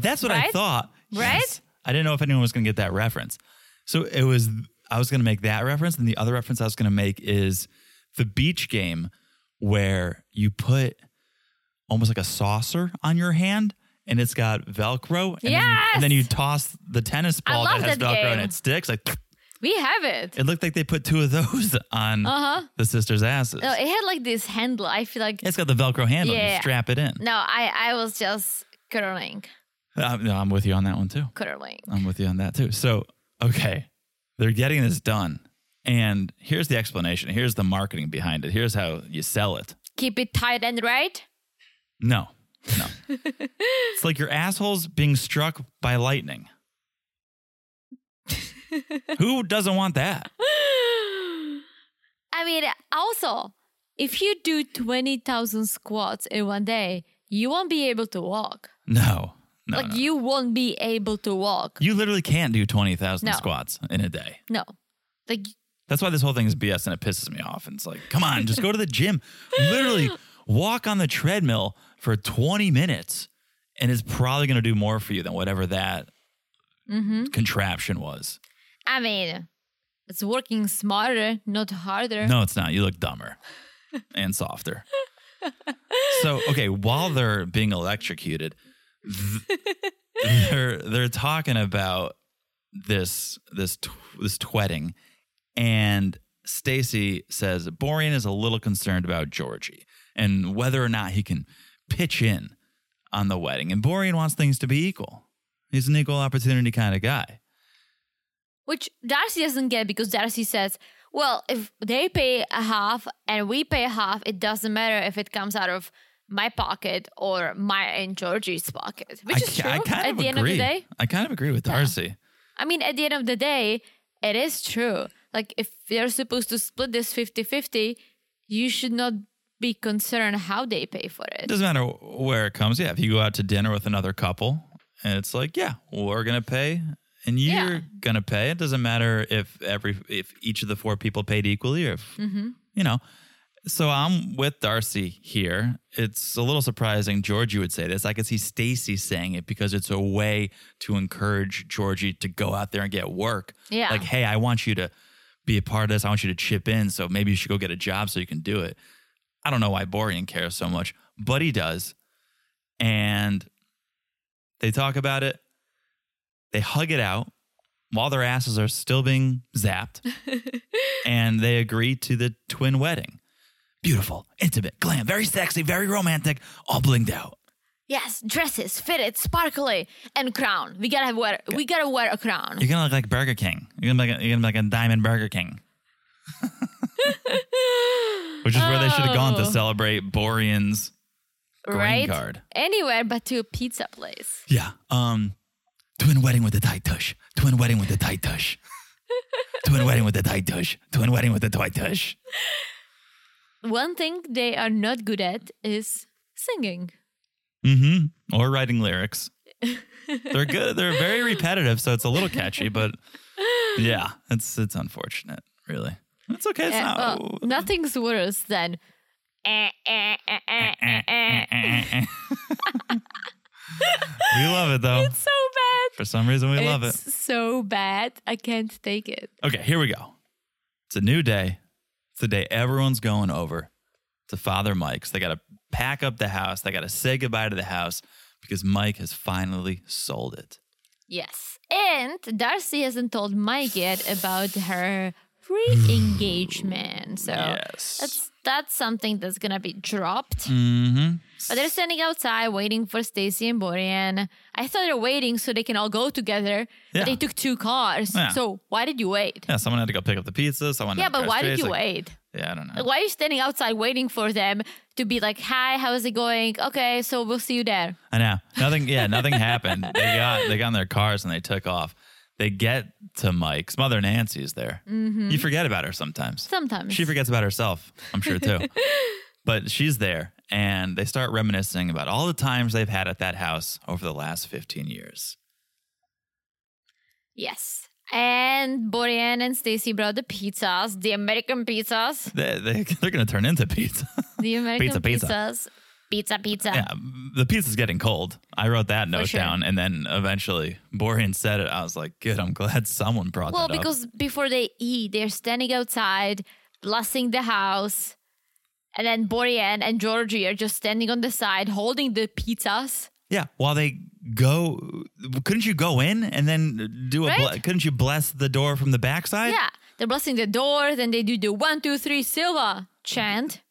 S2: That's what I
S3: Right?
S2: thought.
S3: Right?
S2: I didn't know if anyone was going to get that reference. So it was, I was going to make that reference. And the other reference I was going to make is the beach game where you put almost like a saucer on your hand and it's got Velcro. And, then, you, and then
S3: Yes!
S2: you toss the tennis ball that
S3: love
S2: has
S3: that
S2: Velcro and
S3: game.
S2: it sticks. Like,
S3: We have it.
S2: It looked like they put two of those on
S3: Uh-huh.
S2: the sisters' asses.
S3: No, it had like this handle. I feel like
S2: it's got the Velcro handle. You
S3: Yeah.
S2: strap it in.
S3: no, I I was just curling,
S2: Uh, no, I'm with you on that one too.
S3: curling.
S2: I'm with you on that too. So, okay, they're getting this done. And here's the explanation. Here's the marketing behind it. Here's how you sell it.
S3: Keep it tight and right.
S2: No, no. it's like your asshole's being struck by lightning. Who doesn't want that?
S3: I mean, also, if you do 20,000 squats in one day, you won't be able to walk.
S2: No, no.
S3: like
S2: no.
S3: you won't be able to walk.
S2: You literally can't do 20,000
S3: No.
S2: squats in a day.
S3: no. Like
S2: That's why this whole thing is BS and it pisses me off. And it's like, come on, just go to the gym. Literally walk on the treadmill for 20 minutes and it's probably going to do more for you than whatever that contraption was.
S3: I mean, it's working smarter, not harder.
S2: No, it's not. You look dumber and softer. So, okay, while they're being electrocuted, th- they're they're talking about this this tw- this twetting, and Stacy says Borean is a little concerned about Georgie and whether or not he can pitch in on the wedding. And Borean wants things to be equal. He's an equal opportunity kind of guy.
S3: Which Darcy doesn't get because Darcy says, well, if they pay a half and we pay half, it doesn't matter if it comes out of my pocket or my and Georgie's pocket. Which is
S2: ki-
S3: true at the end of the day.
S2: I kind of agree with Darcy.
S3: I mean, at the end of the day, it is true. Like, if they're supposed to split this 50 50, you should not be concerned how they pay for
S2: It
S3: it.
S2: doesn't matter where it comes. Yeah, if you go out to dinner with another couple and it's like, yeah, we're gonna pay and you're
S3: Yeah.
S2: gonna pay. It doesn't matter if every if each of the four people paid equally or if you know. So I'm with Darcy here. It's a little surprising Georgie would say this. I could see Stacy saying it because it's a way to encourage Georgie to go out there and get work.
S3: Yeah.
S2: Like, hey, I want you to be a part of this. I want you to chip in. So maybe you should go get a job so you can do it. I don't know why Borean cares so much, but he does. And they talk about it. They hug it out while their asses are still being zapped. and they agree to the twin wedding. Beautiful, intimate, glam, very sexy, very romantic, all blinged out.
S3: Yes, dresses, fitted, sparkly, and crown. We gotta have wear. We gotta wear a crown.
S2: You're gonna look like Burger King. You're gonna be like a, you're gonna be like a diamond Burger King. Which is where they should have gone to
S3: Oh.
S2: celebrate Borean's green
S3: right?
S2: card.
S3: Anywhere but to a pizza place.
S2: Yeah. Um, twin wedding with the tight tush. Twin wedding with the tight tush. twin wedding with the tight tush. Twin wedding with the tight tush.
S3: one thing they are not good at is singing.
S2: Mm-hmm. Or writing lyrics. They're good. They're very repetitive, so it's a little catchy, but yeah, it's it's unfortunate, really. It's okay. It's
S3: Uh,
S2: not.
S3: well, nothing's worse than. eh, eh, eh, eh, eh, eh.
S2: we love it though.
S3: It's so bad.
S2: For some reason, we love it.
S3: it's so bad. I can't take it.
S2: Okay, here we go. It's a new day. It's the day everyone's going over to Father Mike's. They got to pack up the house. They got to say goodbye to the house because Mike has finally sold it.
S3: Yes. And Darcy hasn't told Mike yet about her re-engagement. So
S2: Yes.
S3: that's that's something that's gonna be dropped.
S2: Mm-hmm.
S3: But they're standing outside waiting for Stacy and Borian. I thought they're waiting so they can all go together.
S2: Yeah.
S3: But they took two cars.
S2: Yeah.
S3: So why did you wait?
S2: Yeah, someone had to go pick up the pizza. Someone.
S3: Yeah,
S2: had
S3: but
S2: to cut
S3: why did
S2: trees,
S3: you
S2: like-
S3: wait?
S2: Yeah, I don't know.
S3: Like, why are you standing outside waiting for them to be like, "Hi, how is it going? Okay, so we'll see you there."
S2: I know nothing. Yeah, nothing happened. They got they got in their cars and they took off. They get to Mike's mother Nancy is there. You forget about her sometimes.
S3: Mm-hmm. Sometimes
S2: She forgets about herself, I'm sure too. but she's there and they start reminiscing about all the times they've had at that house over the last 15 years.
S3: Yes. And Borian and Stacy brought the pizzas, the American pizzas,
S2: They, they, they're going to turn into pizza.
S3: the American
S2: Pizza, pizza.
S3: pizzas, pizza, pizza.
S2: yeah, the pizza's getting cold. I wrote that note
S3: sure.
S2: down and then eventually Borian said it. I was like, good, I'm glad someone brought
S3: Well,
S2: that up.
S3: because before they eat, they're standing outside, blessing the house, and then Borian and Georgie are just standing on the side holding the pizzas.
S2: Yeah, while they go, couldn't you go in and then do a,
S3: Right?
S2: ble- couldn't you bless the door from the backside?
S3: yeah, they're blessing the door, then they do the one, two, three, Silva chant.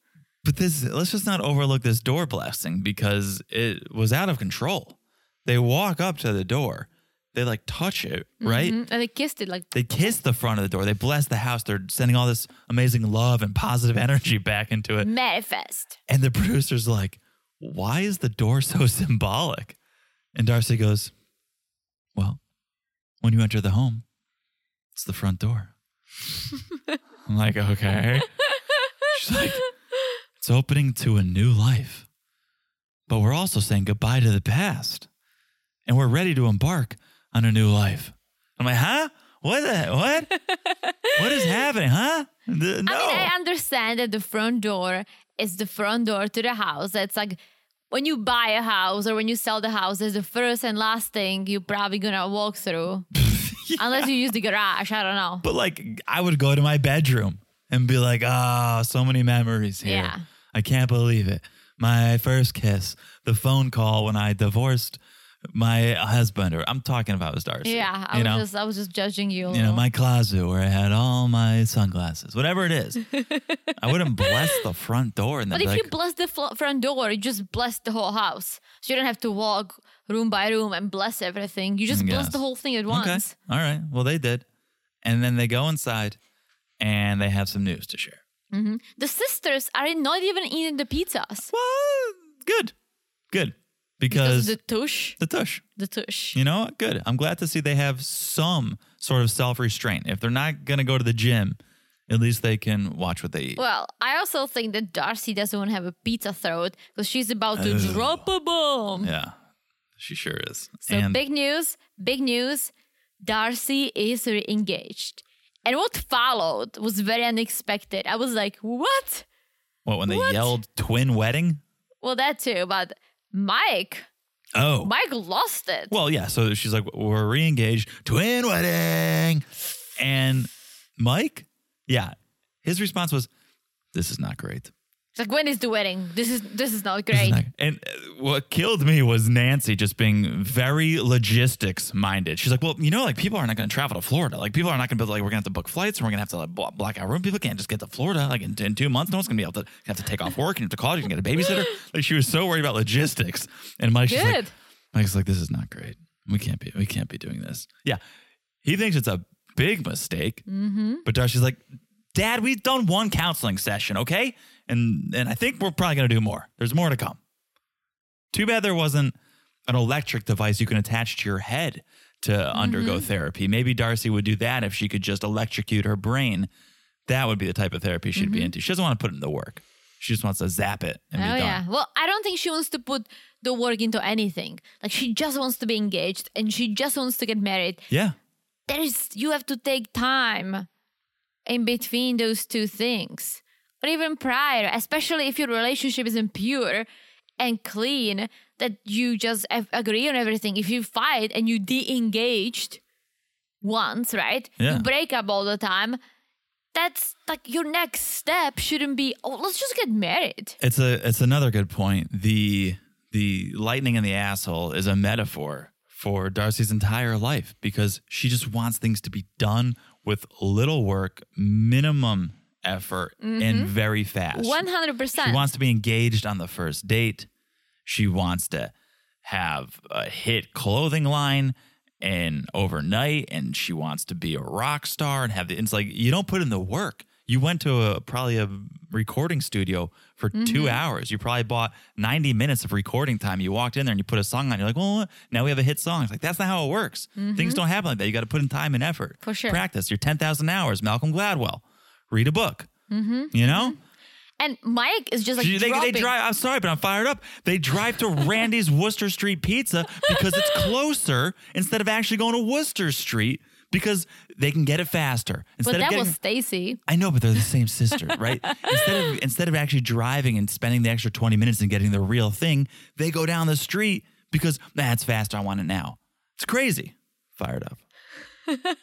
S2: But this, let's just not overlook this door blessing because it was out of control. They walk up to the door, they like touch it, right?
S3: And they kissed it like,
S2: They kiss the front of the door, they bless the house, they're sending all this amazing love and positive energy back into it.
S3: manifest.
S2: And the producer's like, Why is the door so symbolic? And Darcy goes, Well, when you enter the home, it's the front door. I'm like, Okay. She's like, It's opening to a new life. But we're also saying goodbye to the past. And we're ready to embark on a new life. I'm like, Huh? What the? What? what is happening, huh? The- no.
S3: I mean, I understand that the front door is the front door to the house. That's like when you buy a house or when you sell the house, it's the first and last thing you're probably gonna walk through. Unless you use the garage, I don't know.
S2: But like, I would go to my bedroom and be like, ah, so many memories here.
S3: Yeah.
S2: I can't believe it. My first kiss, the phone call when I divorced my husband, or I'm talking about was Darcy.
S3: Yeah, I
S2: you
S3: was
S2: know,
S3: just I was just judging you.
S2: you know, my closet where I had all my sunglasses, whatever it is. I wouldn't bless the front door and
S3: but
S2: then be
S3: if
S2: like,
S3: you bless the fl- front door, you just bless the whole house. So you don't have to walk room by room and bless everything. You just bless
S2: Mm, Yes.
S3: the whole thing at
S2: okay,
S3: once.
S2: all right, well they did, and then they go inside, and they have some news to share.
S3: The sisters are not even eating the pizzas.
S2: Well, good, good,
S3: Because
S2: because,
S3: the tush,
S2: the tush.
S3: the tush.
S2: You know, what? good. I'm glad to see they have some sort of self restraint. If they're not going to go to the gym, at least they can watch what they eat.
S3: Well, I also think that Darcy doesn't want to have a pizza throat because she's about to
S2: Ugh.
S3: drop a bomb.
S2: Yeah, she sure is.
S3: So
S2: and
S3: big news, big news. Darcy is re-engaged. And what followed was very unexpected. I was like, what?
S2: what when they
S3: what?
S2: yelled twin wedding?
S3: Well, that too, but Mike,
S2: Oh,
S3: Mike lost it.
S2: well, yeah. So she's like, we're re engaged, twin wedding. And Mike, yeah, his response was, this is not great.
S3: It's like, when is the wedding? This is this is not
S2: This is
S3: great.
S2: not- and uh, what killed me was Nancy just being very logistics minded. She's like, well, you know, like people are not going to travel to Florida. Like people are not going to be like, we're going to have to book flights and we're going to have to like blo- block our room. People can't just get to Florida like in, in two months. No one's going to be able to have to take off work and have to college and get a babysitter. Like she was so worried about logistics. And Mike's just like,
S3: Good.
S2: Mike's like, this is not great. We can't be, we can't be doing this. Yeah. He thinks it's a big mistake. But Darcy's like, Dad, we've done one counseling session, okay? And and I think we're probably gonna do more. There's more to come. Too bad there wasn't an electric device you can attach to your head to undergo therapy. Maybe Darcy would do that if she could just electrocute her brain. That would be the type of therapy she'd be into. She doesn't want to put in the work. She just wants to zap it and be
S3: oh
S2: done.
S3: yeah. Well, I don't think she wants to put the work into anything. Like she just wants to be engaged and she just wants to get married.
S2: Yeah.
S3: There is you have to take time in between those two things. But even prior, especially if your relationship isn't pure and clean, that you just a- agree on everything. If you fight and you de-engaged once, right?
S2: Yeah.
S3: You break up all the time. That's like your next step shouldn't be, oh, let's just get married.
S2: It's a it's another good point. The the lightning in the asshole is a metaphor for Darcy's entire life because she just wants things to be done with little work, minimum effort, and very fast.
S3: One hundred
S2: She
S3: percent.
S2: wants to be engaged on the first date. She wants to have a hit clothing line and overnight, and she wants to be a rock star and have the. It's like you don't put in the work. You went to a probably a recording studio for
S3: Mm-hmm.
S2: two hours. You probably bought ninety minutes of recording time. You walked in there and you put a song on. You're like, well, now we have a hit song. It's like that's not how it works. Things don't happen like that. You got to put in time and effort.
S3: Mm-hmm. For sure.
S2: practice your ten thousand hours. Malcolm Gladwell, read a book.
S3: Mm-hmm.
S2: You know.
S3: And Mike is just like
S2: They- they,
S3: dropping.
S2: drive. I'm sorry, but I'm fired up. They drive to Randy's Worcester Street Pizza because it's closer instead of actually going to Worcester Street because they can get it faster. Instead
S3: But
S2: of
S3: that
S2: getting,
S3: was Stacy.
S2: I know, but they're the same sister, right? instead of instead of actually driving and spending the extra 20 minutes and getting the real thing, they go down the street because that's faster. I want it now. It's crazy. Fired up. I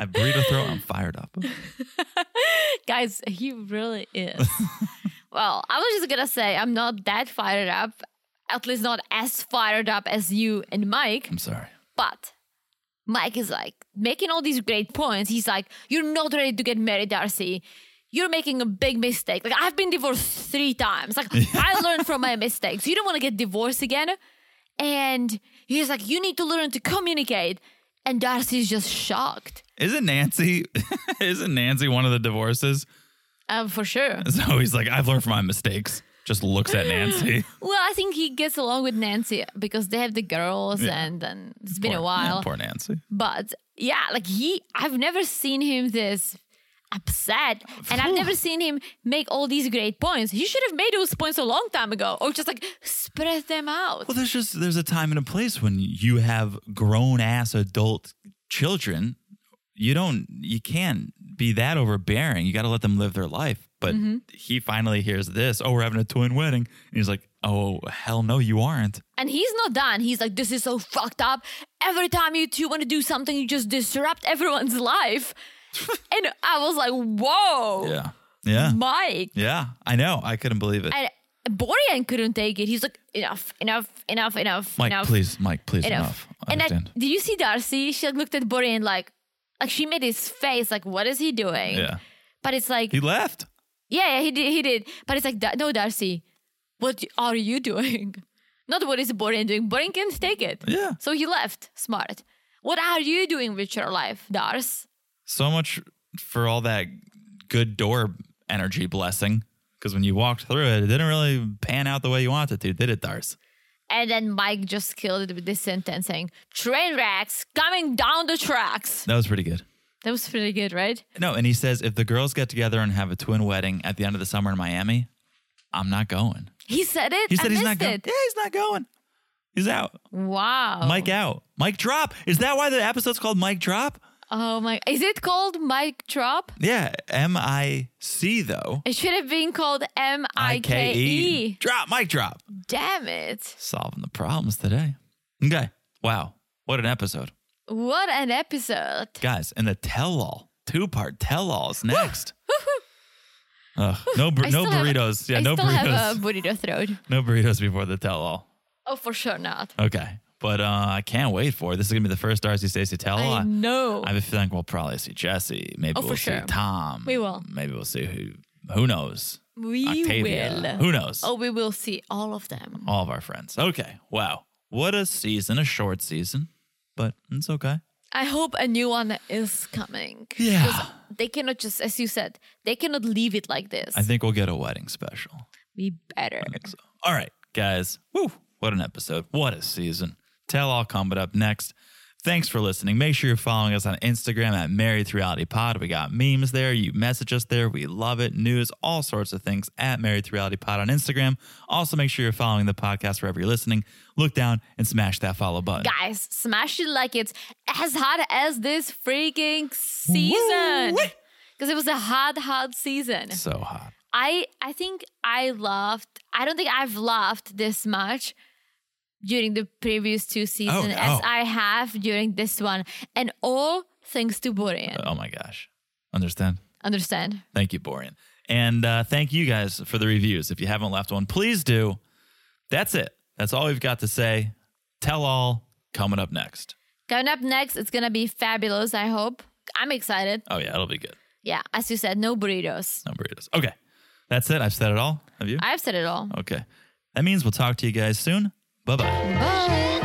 S2: have burrito throat. I'm fired up.
S3: Guys, he really is. well, I was just gonna say I'm not that fired up. At least not as fired up as you and Mike.
S2: I'm sorry.
S3: But Mike is like making all these great points. He's like, You're not ready to get married, Darcy. You're making a big mistake. Like, I've been divorced three times. Like, I learned from my mistakes. You don't want to get divorced again. And he's like, You need to learn to communicate. And Darcy's just shocked.
S2: Isn't Nancy? isn't Nancy one of the divorces?
S3: Um, for sure.
S2: So he's like, I've learned from my mistakes. Just looks at Nancy.
S3: Well, I think he gets along with Nancy because they have the girls
S2: Yeah.
S3: and, and it's been
S2: Poor-
S3: a
S2: yeah,
S3: while.
S2: poor Nancy.
S3: But yeah, like he, I've never seen him this upset and I've never seen him make all these great points. He should have made those points a long time ago or just like spread them out.
S2: Well, there's just there's a time and a place when you have grown ass adult children. You don't you can't be that overbearing. You gotta let them live their life. But
S3: Mm-hmm.
S2: he finally hears this, oh, we're having a twin wedding. And he's like, Oh, hell no, you aren't.
S3: And he's not done. He's like, this is so fucked up. Every time you two want to do something, you just disrupt everyone's life. and I was like, whoa,
S2: Yeah. Yeah.
S3: Mike.
S2: Yeah. I know. I couldn't believe it.
S3: And Borian couldn't take it. He's like, enough, enough, enough, enough,
S2: Mike,
S3: enough,
S2: please, Mike, please
S3: enough.
S2: enough.
S3: And I,
S2: Understand.
S3: did you see Darcy? She like, looked at Borian like, like she made his face like, what is he doing?
S2: yeah.
S3: But it's like,
S2: He left.
S3: yeah, yeah, he did, he did. But it's like, "Da- no, Darcy, what are you doing? Not what is Borian doing. Borian can't take it.
S2: Yeah.
S3: So he left. Smart. What are you doing with your life, Dars?
S2: so much for all that good door energy blessing. Because when you walked through it, it didn't really pan out the way you wanted it to, did it, Dars?
S3: And then Mike just killed it with this sentence saying, train wrecks coming down the tracks.
S2: That was pretty good.
S3: That was pretty good, right?
S2: No, and he says if the girls get together and have a twin wedding at the end of the summer in Miami, I'm not going.
S3: He said it.
S2: He said
S3: I
S2: he's not
S3: missed
S2: going.
S3: it. Oh.
S2: Yeah, he's not going. He's out.
S3: Wow.
S2: Mike out. Mike drop. Is that why the episode's called Mike Drop?
S3: Oh my! Is it called Mike Drop?
S2: Yeah, M I C though.
S3: It should have been called M I K E.
S2: Drop. Mike drop.
S3: Damn it!
S2: Solving the problems today. Okay. Wow. What an episode.
S3: What an episode!
S2: Guys, and the tell all, two part tell alls next. Ugh, no bur-
S3: I
S2: no
S3: still have-
S2: burritos. yeah,
S3: I
S2: no
S3: still have
S2: burritos.
S3: a burrito throat.
S2: no burritos before the tell all.
S3: Oh, for sure not.
S2: Okay. But uh, I can't wait for it. This is going to be the first Darcy Stacey tell all.
S3: I know.
S2: I have a feeling we'll probably see Jesse. Maybe
S3: Oh, for
S2: we'll see
S3: sure.
S2: Tom.
S3: We will.
S2: Maybe we'll see who. Who knows?
S3: we
S2: Octavia.
S3: will.
S2: Who knows? Oh.
S3: Oh, we will see all of them.
S2: All of our friends. Okay. Wow. What a season. A short season, but it's okay.
S3: I hope a new one is coming.
S2: Yeah.
S3: 'Cause They cannot just, as you said, they cannot leave it like this.
S2: I think we'll get a wedding special.
S3: we better.
S2: think so. All right, guys. Woo! What an episode. What a season. Tell all coming up next. Thanks for listening. Make sure you're following us on Instagram at Married to Reality Pod. We got memes there. You message us there. We love it. News, all sorts of things at Married to Reality Pod on Instagram. Also, make sure you're following the podcast wherever you're listening. Look down and smash that follow button.
S3: Guys, smash it like it's as hot as this freaking season.
S2: Woo-wee.
S3: Because it was a hot, hot season.
S2: So hot.
S3: I I think I laughed. I don't think I've laughed this much during the previous two seasons
S2: Oh, no.
S3: as I have during this one, and all thanks to Borean.
S2: Oh my gosh. Understand?
S3: Understand?
S2: Thank you, Borean. And uh, thank you guys for the reviews. If you haven't left one, please do. That's it. That's all we've got to say. Tell all coming up next.
S3: Coming up next, it's gonna be fabulous. I hope. I'm excited.
S2: Oh, yeah, it'll be good.
S3: Yeah, as you said, no burritos.
S2: No burritos. Okay. That's it. I've said it all. Have you?
S3: I've said it all.
S2: okay. That means we'll talk to you guys soon. Bye bye.
S3: Bye.